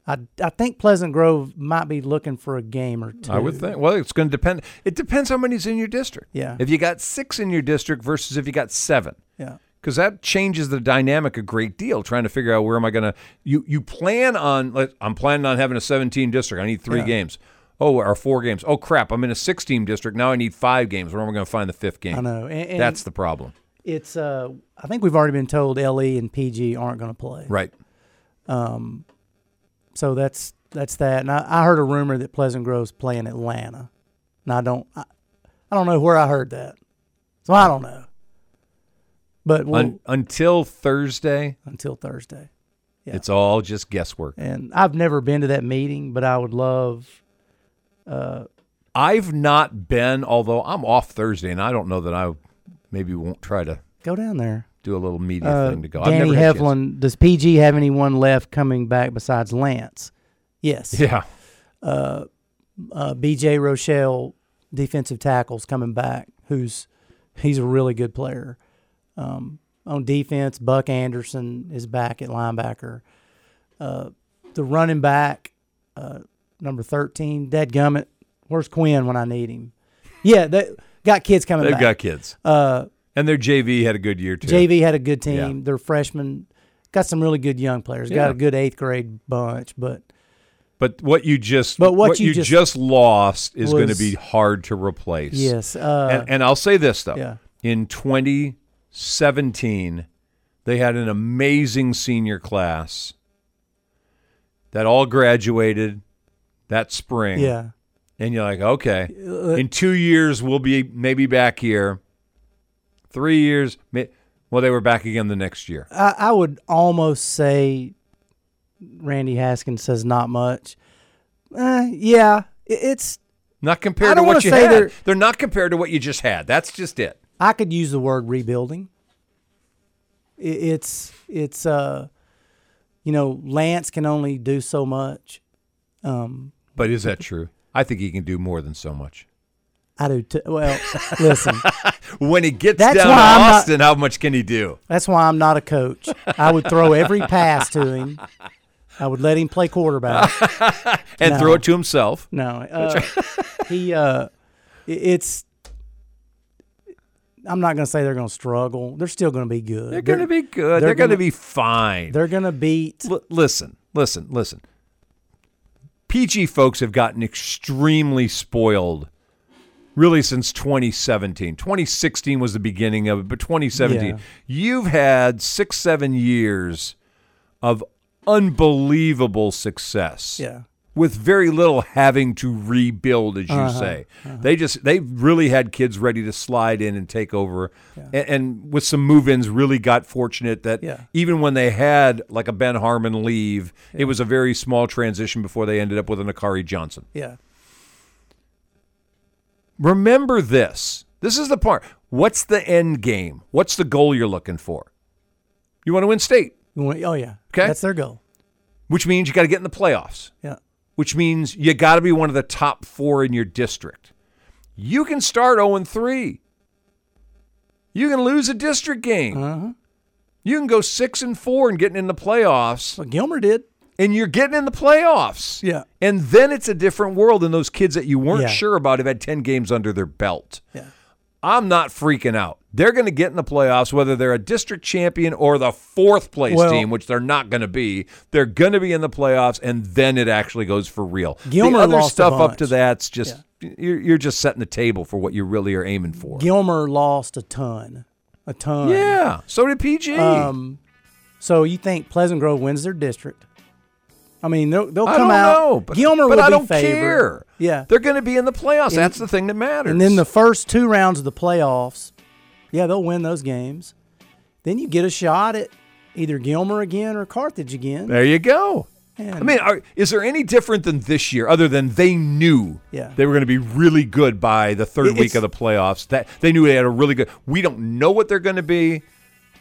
I, I think Pleasant Grove might be looking for a game or two. I would think. Well, it's going to depend. It depends how many's in your district. Yeah. If you got six in your district versus if you got seven. Yeah. Because that changes the dynamic a great deal. Trying to figure out where am I going to. You you plan on. Like, I'm planning on having a 17 district. I need three Yeah. games. Oh, or four games. Oh crap! I'm in a 16 district now. I need five games. Where am I going to find the fifth game? I know, and- and- That's the problem. It's uh, I think we've already been told LE and PG aren't going to play. Right. Um, so that's that's that. And I, I heard a rumor that Pleasant Grove's playing Atlanta, and I don't I, I don't know where I heard that, so I don't know. But we'll, Un- until Thursday. Until Thursday. Yeah. It's all just guesswork. and I've never been to that meeting, but I would love. Uh, I've not been, although I'm off Thursday, and I don't know that I maybe won't try to Go down there. Do a little media uh, thing to go. I've Danny never had a chance. Heflin, does PG have anyone left coming back besides Lance? Yes. Yeah. Uh, uh, BJ Rochelle, defensive tackles coming back. Who's he's a really good player. Um, on defense, Buck Anderson is back at linebacker. Uh, the running back, uh, number thirteen, Dead Gummit. Where's Quinn when I need him? Yeah, they got kids coming. They've back. got kids. Uh, and their JV had a good year too. JV had a good team. Yeah. Their freshmen got some really good young players. Yeah. Got a good eighth grade bunch, but But what you just But what you just lost is going to was- be hard to replace. Yes, uh, and, and I'll say this though. yeah. In 2017, they had an amazing senior class that all graduated that spring. Yeah. And you're like, okay, Uh, in two years we'll be maybe back here. Three years, may- well, they were back again the next year. I, I would almost say Randy Haskins says not much. Uh, yeah, it, it's. Not I compared to don't wanna what you say had. they're- They're, not compared to what you just had. That's just it. I could use the word rebuilding. I- it's it's uh, you know, Lance can only do so much. Um, But is that true? I think he can do more than so much. I do too. Well, listen, When he gets That's down to why I'm not- Austin, how much can he do? That's why I'm not a coach. I would throw every pass to him. I would let him play quarterback And No. throw it to himself. No, uh, he uh, i- it's. I'm not going to say they're going to struggle. They're still going to be good. They're going to be good. They're, going to be fine. They're going to beat. listen, listen, listen. PG folks have gotten extremely spoiled really since 2017. 2016 was the beginning of it, but 2017, Yeah. you've had six, seven years of unbelievable success. Yeah. With very little having to rebuild, as you Uh-huh, say. They just, they really had kids ready to slide in and take over. A- And, with some move ins, really got fortunate that Yeah. even when they had like a Ben Harmon leave, it was a very small transition before they ended up with an Akari Johnson. Yeah. Remember this. This is the part. What's the end game? What's the goal you're looking for? You want to win state, You want- Oh yeah. Okay. That's their goal. which means you got to get in the playoffs, Yeah. which means you got to be one of the top four in your district. You can start 0 3. You can lose a Uh-huh. district game. You can go 6 and 4 and getting in the playoffs. Gilmer did. and you're getting in the playoffs. Yeah. And then it's a different world. And those kids that you weren't Yeah. sure about have had 10 games under their belt. Yeah. I'm not freaking out. They're going to get in the playoffs, whether they're a district champion or the fourth place Well- team, which they're not going to be. They're going to be in the playoffs, and then it actually goes for real. Gilmer the other lost a stuff up bunch. to that's just you're, you're just setting the table for what you really are aiming for. Gilmer lost a ton, a ton. Yeah, so did PG. Um, so you think Pleasant Grove wins their district? I mean, they'll, they'll I come don't out. know, but- Gilmer but will I be don't favored. care. Yeah, They're going to be in the playoffs. And- that's the thing that matters. And then the first two rounds of the playoffs, yeah, they'll win those games. Then you get a shot at either Gilmer again or Carthage again. There you go. And- I mean, are, is there any different than this year, other than they knew Yeah. they were going to be really good by the third It- week of the playoffs? That they knew they had a really good. We don't know what they're going to be,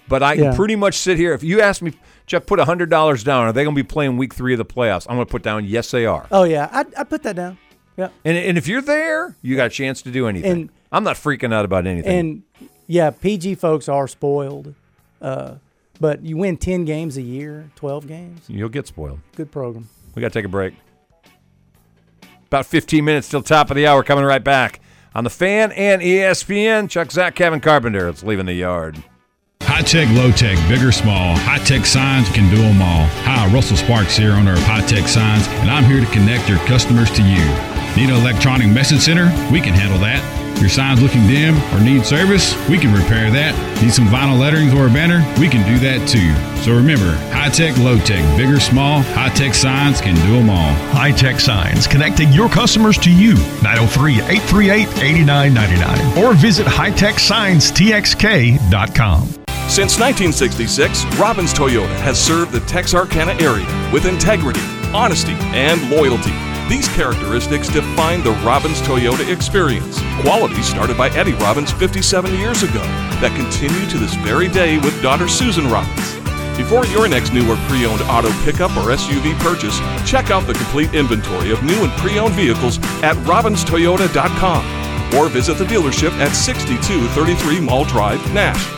but I Yeah. can pretty much sit here. If you ask me, Jeff, put hundred dollars down. Are they going to be playing week three of the playoffs? I'm going to put down yes, they are. Oh yeah, I I put that down. Yeah, And and if you're there, you got a chance to do anything. And- I'm not freaking out about anything. and yeah, PG folks are spoiled, uh, but you win ten games a year, twelve games. You'll get spoiled. Good program. We got to take a break. About 15 minutes till top of the hour. Coming right back on the fan and E ESPN. Chuck Zach, Kevin Carpenter. It's leaving the yard. High tech, low tech, big or small, high tech signs can do them all. Hi, Russell Sparks here, owner of High Tech Signs, and I'm here to connect your customers to you. Need an electronic message center? We can handle that. Your sign's looking dim or need service? We can repair that. Need some vinyl letterings or a banner? We can do that too. So remember, high tech, low tech, big or small, high tech signs can do them all. High Tech Signs, connecting your customers to you. 903 838 8999 or visit hightechsignstxk.com. Since 1966, Robbins Toyota has served the Texarkana area with integrity, honesty, and loyalty. These characteristics define the Robbins Toyota experience. Quality started by Eddie Robbins 57 years ago that continue to this very day with daughter Susan Robbins. Before your next new or pre-owned auto pickup or SUV purchase, check out the complete inventory of new and pre-owned vehicles at robinstoyota.com or visit the dealership at 6233 Mall Drive, Nash.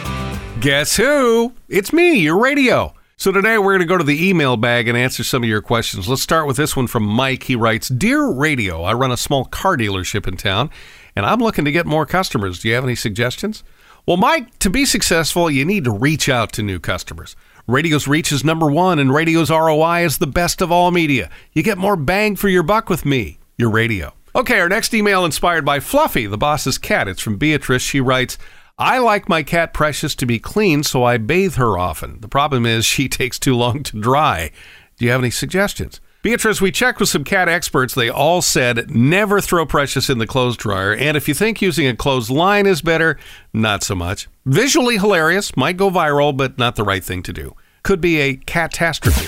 Guess who? It's me, your radio. So today we're going to go to the email bag and answer some of your questions. Let's start with this one from Mike. He writes Dear Radio, I run a small car dealership in town and I'm looking to get more customers. Do you have any suggestions? Well, Mike, to be successful, you need to reach out to new customers. Radio's reach is number one, and radio's ROI is the best of all media. You get more bang for your buck with me, your radio. Okay, our next email inspired by Fluffy, the boss's cat. It's from Beatrice. She writes, I like my cat Precious to be clean, so I bathe her often. The problem is she takes too long to dry. Do you have any suggestions? Beatrice, we checked with some cat experts. They all said never throw Precious in the clothes dryer. And if you think using a clothesline is better, not so much. Visually hilarious, might go viral, but not the right thing to do. Could be a catastrophe.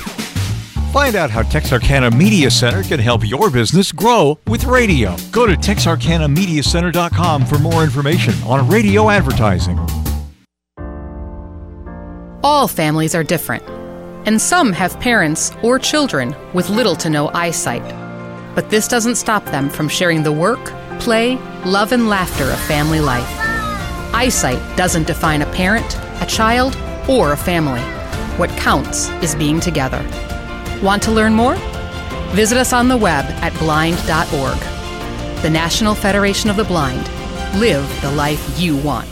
Find out how Texarkana Media Center can help your business grow with radio. Go to texarkanamediacenter.com for more information on radio advertising. All families are different, and some have parents or children with little to no eyesight. But this doesn't stop them from sharing the work, play, love, and laughter of family life. Eyesight doesn't define a parent, a child, or a family. What counts is being together. Want to learn more? Visit us on the web at blind.org. The National Federation of the Blind. Live the life you want.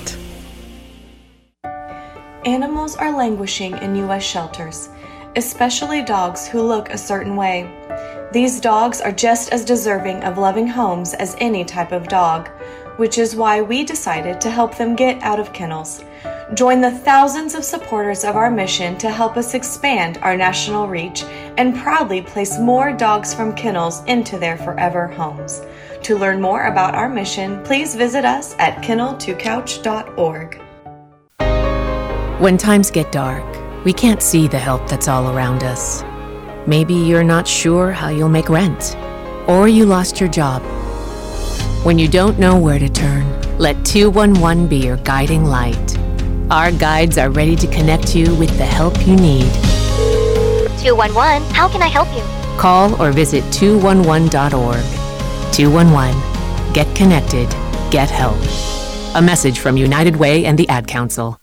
Animals are languishing in U.S. shelters, especially dogs who look a certain way. These dogs are just as deserving of loving homes as any type of dog, which is why we decided to help them get out of kennels. Join the thousands of supporters of our mission to help us expand our national reach and proudly place more dogs from kennels into their forever homes. To learn more about our mission, please visit us at kennel2couch.org. When times get dark, we can't see the help that's all around us. Maybe you're not sure how you'll make rent, or you lost your job. When you don't know where to turn, let 211 be your guiding light. Our guides are ready to connect you with the help you need. 211, how can I help you? Call or visit 211.org. 211. Get connected. Get help. A message from United Way and the Ad Council.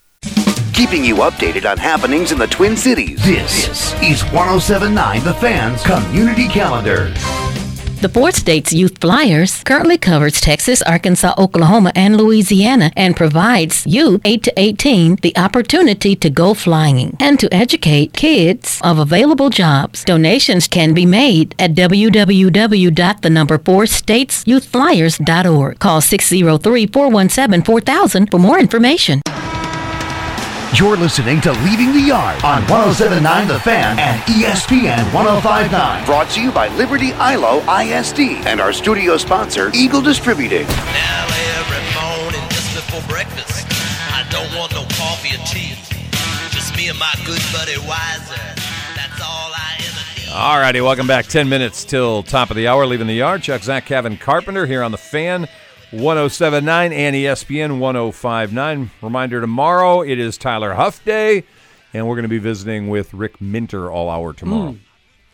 keeping you updated on happenings in the Twin Cities. This is 1079 The Fan's Community Calendar. The Board States Youth Flyers currently covers Texas, Arkansas, Oklahoma, and Louisiana and provides youth 8 to 18 the opportunity to go flying and to educate kids of available jobs. Donations can be made at www.thenumber4statesyouthflyers.org. Call 603-417-4000 for more information. You're listening to Leaving the Yard on 1079 The Fan and E ESPN 1059. Brought to you by Liberty ILO ISD and our studio sponsor, Eagle Distributing. Now every morning just before breakfast, I don't want no coffee or tea. Just me and my good buddy Wiser. That's all I ever All righty, welcome back. 10 minutes till top of the hour, leaving the yard. Chuck, Zach, Kevin Carpenter here on the fan 1079 and E ESPN 1059. Reminder tomorrow, it is Tyler Huff Day, and we're going to be visiting with Rick Minter all hour tomorrow. Mm.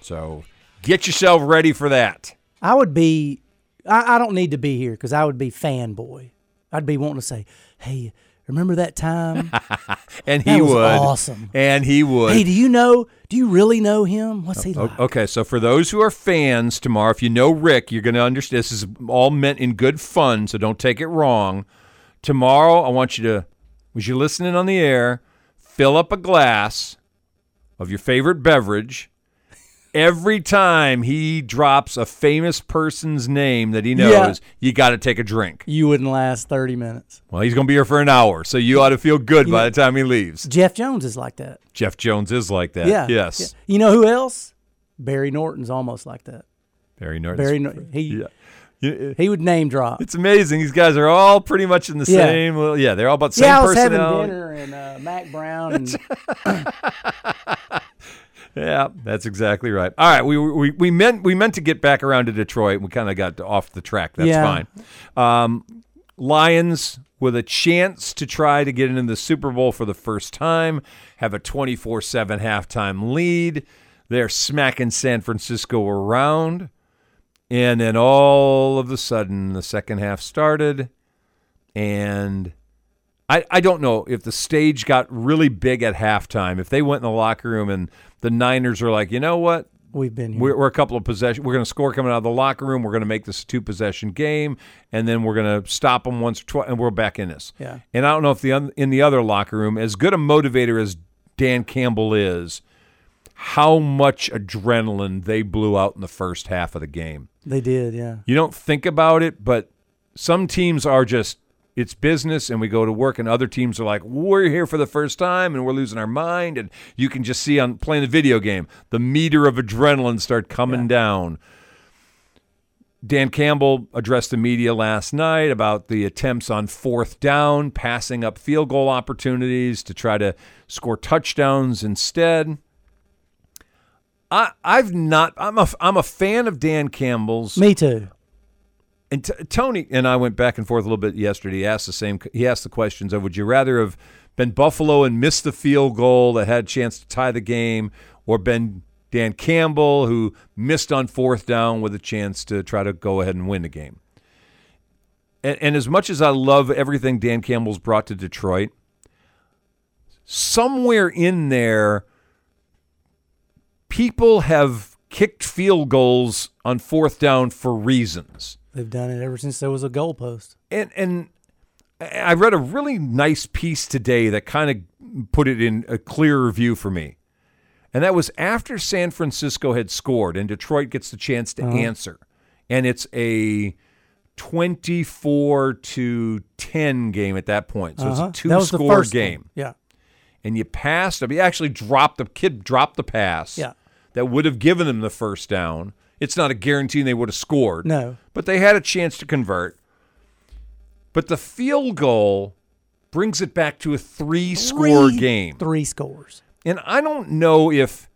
So get yourself ready for that. I would be, I, I don't need to be here because I would be fanboy. I'd be wanting to say, hey, remember that time? and he That was would. awesome. And he would. hey, do you know, do you really know him? What's he like? O- Okay, so for those who are fans tomorrow, if you know Rick, you're going to understand this is all meant in good fun, so don't take it wrong. Tomorrow, I want you to, as you're listening on the air, fill up a glass of your favorite beverage. Every time he drops a famous person's name that he Yeah. knows, you got to take a drink. You wouldn't last 30 minutes. Well, he's going to be here for an hour, so you ought to feel good by the time he leaves. Jeff Jones is like that. Jeff Jones is like that. Yeah. Yes. yeah. You know who else? Barry Norton's almost like that. Barry Norton. Barry Norton. He, Yeah. he would name drop. It's amazing. These guys are all pretty much in the Yeah. same. Well, yeah, they're all about the same yeah, I was having personality. dinner and uh, Mac Brown and Yeah, that's exactly right. All right, we, we we meant we meant to get back around to Detroit. We kind of got off the track. That's Yeah. fine. Um, Lions with a chance to try to get into the Super Bowl for the first time have a 24-7 halftime lead. They're smacking San Francisco around. And then all of a sudden, the second half started, and I, I don't know if the stage got really big at halftime. If they went in the locker room and the Niners are like, you know what? We've been here. We're, we're a couple of possession. We're going to score coming out of the locker room. We're going to make this a two possession game, and then we're going to stop them once or twice, and we're back in this. Yeah. And I don't know if the un- in the other locker room, as good a motivator as Dan Campbell is, how much adrenaline they blew out in the first half of the game. they did, yeah. You don't think about it, but some teams are just it's business and we go to work and other teams are like we're here for the first time and we're losing our mind and you can just see on playing the video game the meter of adrenaline start coming down Dan Campbell addressed the media last night about the attempts on fourth down, passing up field goal opportunities to try to score touchdowns instead. I I've not I'm a I'm a fan of Dan Campbell's. Me too. And t- Tony and I went back and forth a little bit yesterday. He asked the same. He asked the questions of Would you rather have been Buffalo and missed the field goal that had a chance to tie the game, or been Dan Campbell who missed on fourth down with a chance to try to go ahead and win the game? And, and as much as I love everything Dan Campbell's brought to Detroit, somewhere in there, people have kicked field goals on fourth down for reasons. They've done it ever since there was a goalpost. And and I read a really nice piece today that kind of put it in a clearer view for me. And that was after San Francisco had scored and Detroit gets the chance to Uh-huh. answer. And it's a 24 to 10 game at that point. So Uh-huh. it's a two That was the score first one. game Yeah. and you passed him. You actually dropped the kid dropped the pass Yeah. that would have given them the first down. It's not a guarantee they would have scored. No. But they had a chance to convert. But the field goal brings it back to a three score Three- game. Three scores. And I don't know if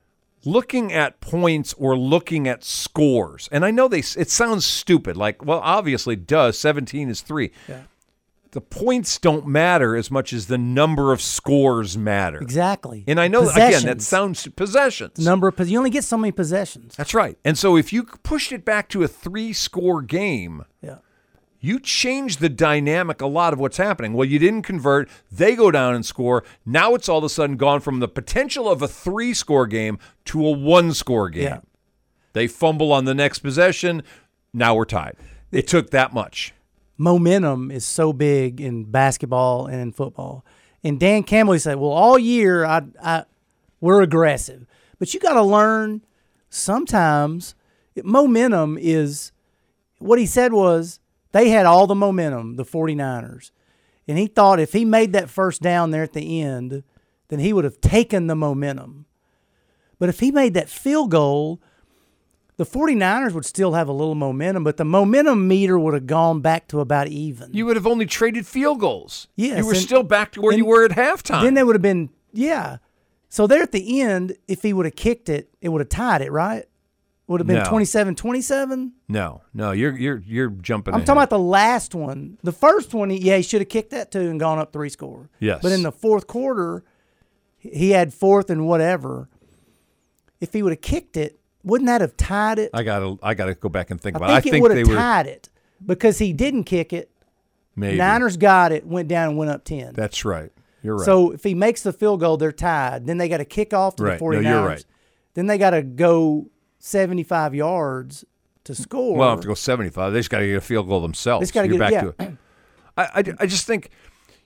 looking at points or looking at scores. And I know they it sounds stupid like well obviously it does 17 is 3. Yeah. The points don't matter as much as the number of scores matter. Exactly. And I know again that Possessions. sounds possessions. Number of, pos- you only get so many possessions. That's right. And so if you pushed it back to a three score game, Yeah. you change the dynamic a lot of what's happening. Well, you didn't convert. They go down and score. Now it's all of a sudden gone from the potential of a three score game to a one score game. Yeah. They fumble on the next possession. Now we're tied. It took that much. momentum is so big in basketball and in football. And Dan Campbell he said, "Well, all year I, I we're aggressive, but you got to learn sometimes it, momentum is what he said was they had all the momentum, the 49ers. And he thought if he made that first down there at the end, then he would have taken the momentum. But if he made that field goal, the 49ers would still have a little momentum, but the momentum meter would have gone back to about even. You would have only traded field goals. Yes, You were and- still back to where you and- were at halftime. Then they would have been, yeah. So there at the end, if he would have kicked it, it would have tied it, right? Would have been No. 27 27. no, no, you're you're you're jumping. I'm ahead. talking about the last one. The first one, he- yeah, he should have kicked that too and gone up three score. Yes. But in the fourth quarter, he had fourth and whatever. If he would have kicked it, wouldn't that have tied it? I gotta I gotta go back and think I about. think it. I it think would they have were tied it because he didn't kick it. maybe. Niners got it, went down and went up 10. That's right. You're right. So if he makes the field goal, they're tied. Then they got to kick off to Right. the No, 49ers. you're right. Then they got to go 75 yards to score. Well, I have to go 75. They just got to get a field goal themselves. They just gotta You're back get- yeah. to it. I, I, I just think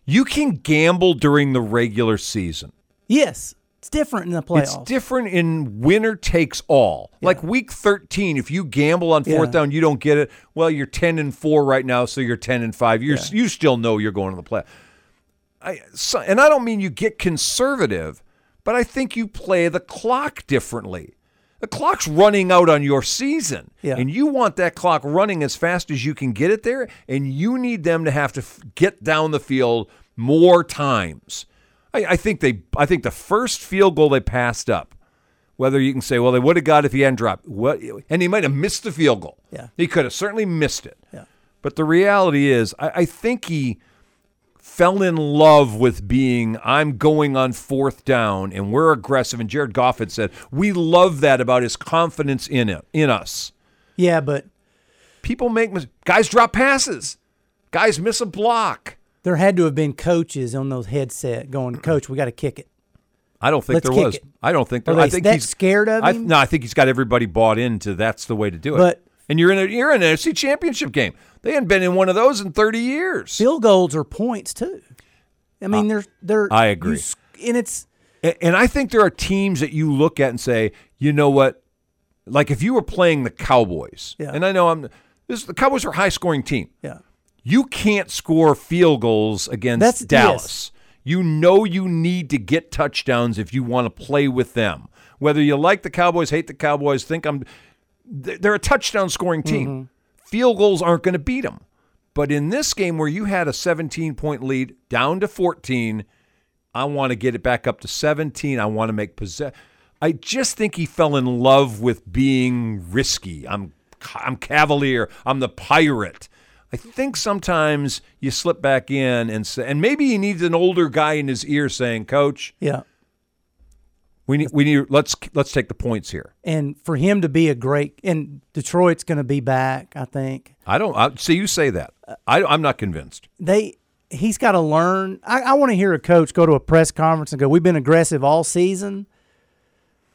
you can gamble during the regular season. yes, it's different in the playoffs. It's different in winner takes all. Like week 13, if you gamble on fourth Yeah. down, you don't get it. Well, you're 10 and 4 right now, so you're 10 and 5. You're, Yeah. You still know you're going to the play. I, so, and I don't mean you get conservative, but I think you play the clock differently. The clock's running out on your season, Yeah. and you want that clock running as fast as you can get it there, and you need them to have to f- get down the field more times. I, I think they, I think the first field goal they passed up. Whether you can say, well, they would have got if he hadn't dropped, what, and he might have missed the field goal. Yeah. he could have certainly missed it. Yeah. But the reality is, I, I think he fell in love with being I'm going on fourth down and we're aggressive. And Jared Goff had said we love that about his confidence in it in us. Yeah, but People make mis- guys drop passes, guys miss a block. there had to have been coaches on those headset going, Coach, we got to kick it. I don't think Let's there kick was. it. I don't think there. Are they I think that he's scared of I, him? No, I think he's got everybody bought into that's the way to do it. But- and you're in a you're in an NFC Championship game. They hadn't been in one of those in 30 years. Field goals are points, too. I mean, they're, they're, I you agree. s- and it's, And, and I think there are teams that you look at and say, you know what? Like if you were playing the Cowboys, Yeah. and I know I'm this the Cowboys are a high scoring team. Yeah. You can't score field goals against That's- yes. Dallas. You know you need to get touchdowns if you want to play with them. Whether you like the Cowboys, hate the Cowboys, think I'm th- they're a touchdown scoring team. Mm-hmm. Field goals aren't going to beat them. But in this game where you had a 17 point lead down to 14, I want to get it back up to 17. I want to make possess. I just think he fell in love with being risky. I'm I'm cavalier. I'm the pirate. I think sometimes you slip back in and say, and maybe he needs an older guy in his ear saying, "Coach, yeah. we need we need let's let's take the points here." And for him to be a great, and Detroit's going to be back, I think. I don't I, see you say that. I, I'm not convinced. they he's got to learn. I, I want to hear a coach go to a press conference and go, "We've been aggressive all season,"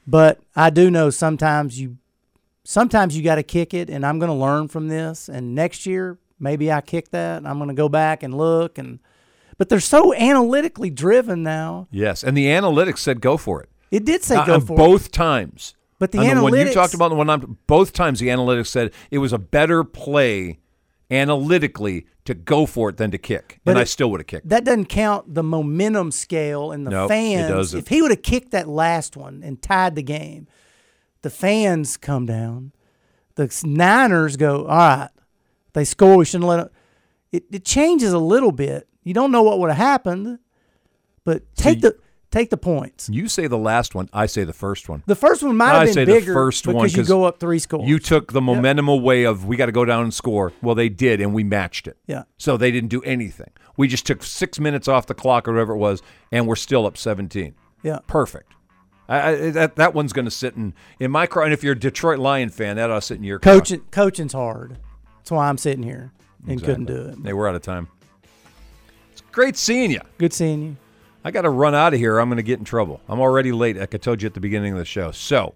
but I do know sometimes you sometimes you got to kick it, and I'm going to learn from this. And next year, maybe I kick that, and I'm going to go back and look. And but they're so analytically driven now. Yes, and the analytics said go for it. It did say Uh, go on for it. both times. But the on the one you analytics- talked about, and the one I'm both times the analytics said it was a better play analytically to go for it than to kick, But and I it- still would have kicked. That doesn't count the momentum scale and the Nope, it fans. doesn't. If he would have kicked that last one and tied the game, the fans come down. The Niners go, all right, they score. We shouldn't let 'em-" it. It changes a little bit. You don't know what would have happened, but take the take the points. You say the last one, I say the first one. The first one might I have been say bigger the first because one you go up three scores. You took the momentum away of we got to go down and score. Well, they did, and we matched it. Yeah. So they didn't do anything. We just took six minutes off the clock or whatever it was, and we're still up 17. Yeah. Perfect. I, I, that that one's going to sit in in my car. And if you're a Detroit Lion fan, that ought to sit in your car. coaching coaching's hard. That's why I'm sitting here. and couldn't do it. Hey, we're out of time. It's great seeing you. Good seeing you. I got to run out of here. I'm going to get in trouble. I'm already late, like I told you at the beginning of the show. So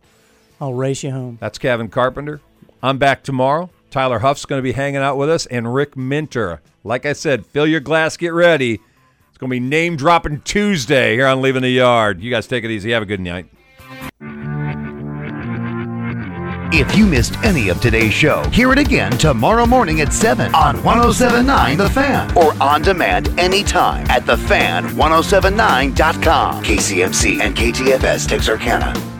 I'll race you home. that's Kevin Carpenter. I'm back tomorrow. Tyler Huff's going to be hanging out with us, and Rick Minter. Like I said, fill your glass, get ready. It's going to be name dropping Tuesday here on Leaving the Yard. You guys take it easy. Have a good night. If you missed any of today's show, hear it again tomorrow morning at 7 on 1079 The Fan or on demand oh anytime at thefan1079.com. KCMC and KTFS Texarkana.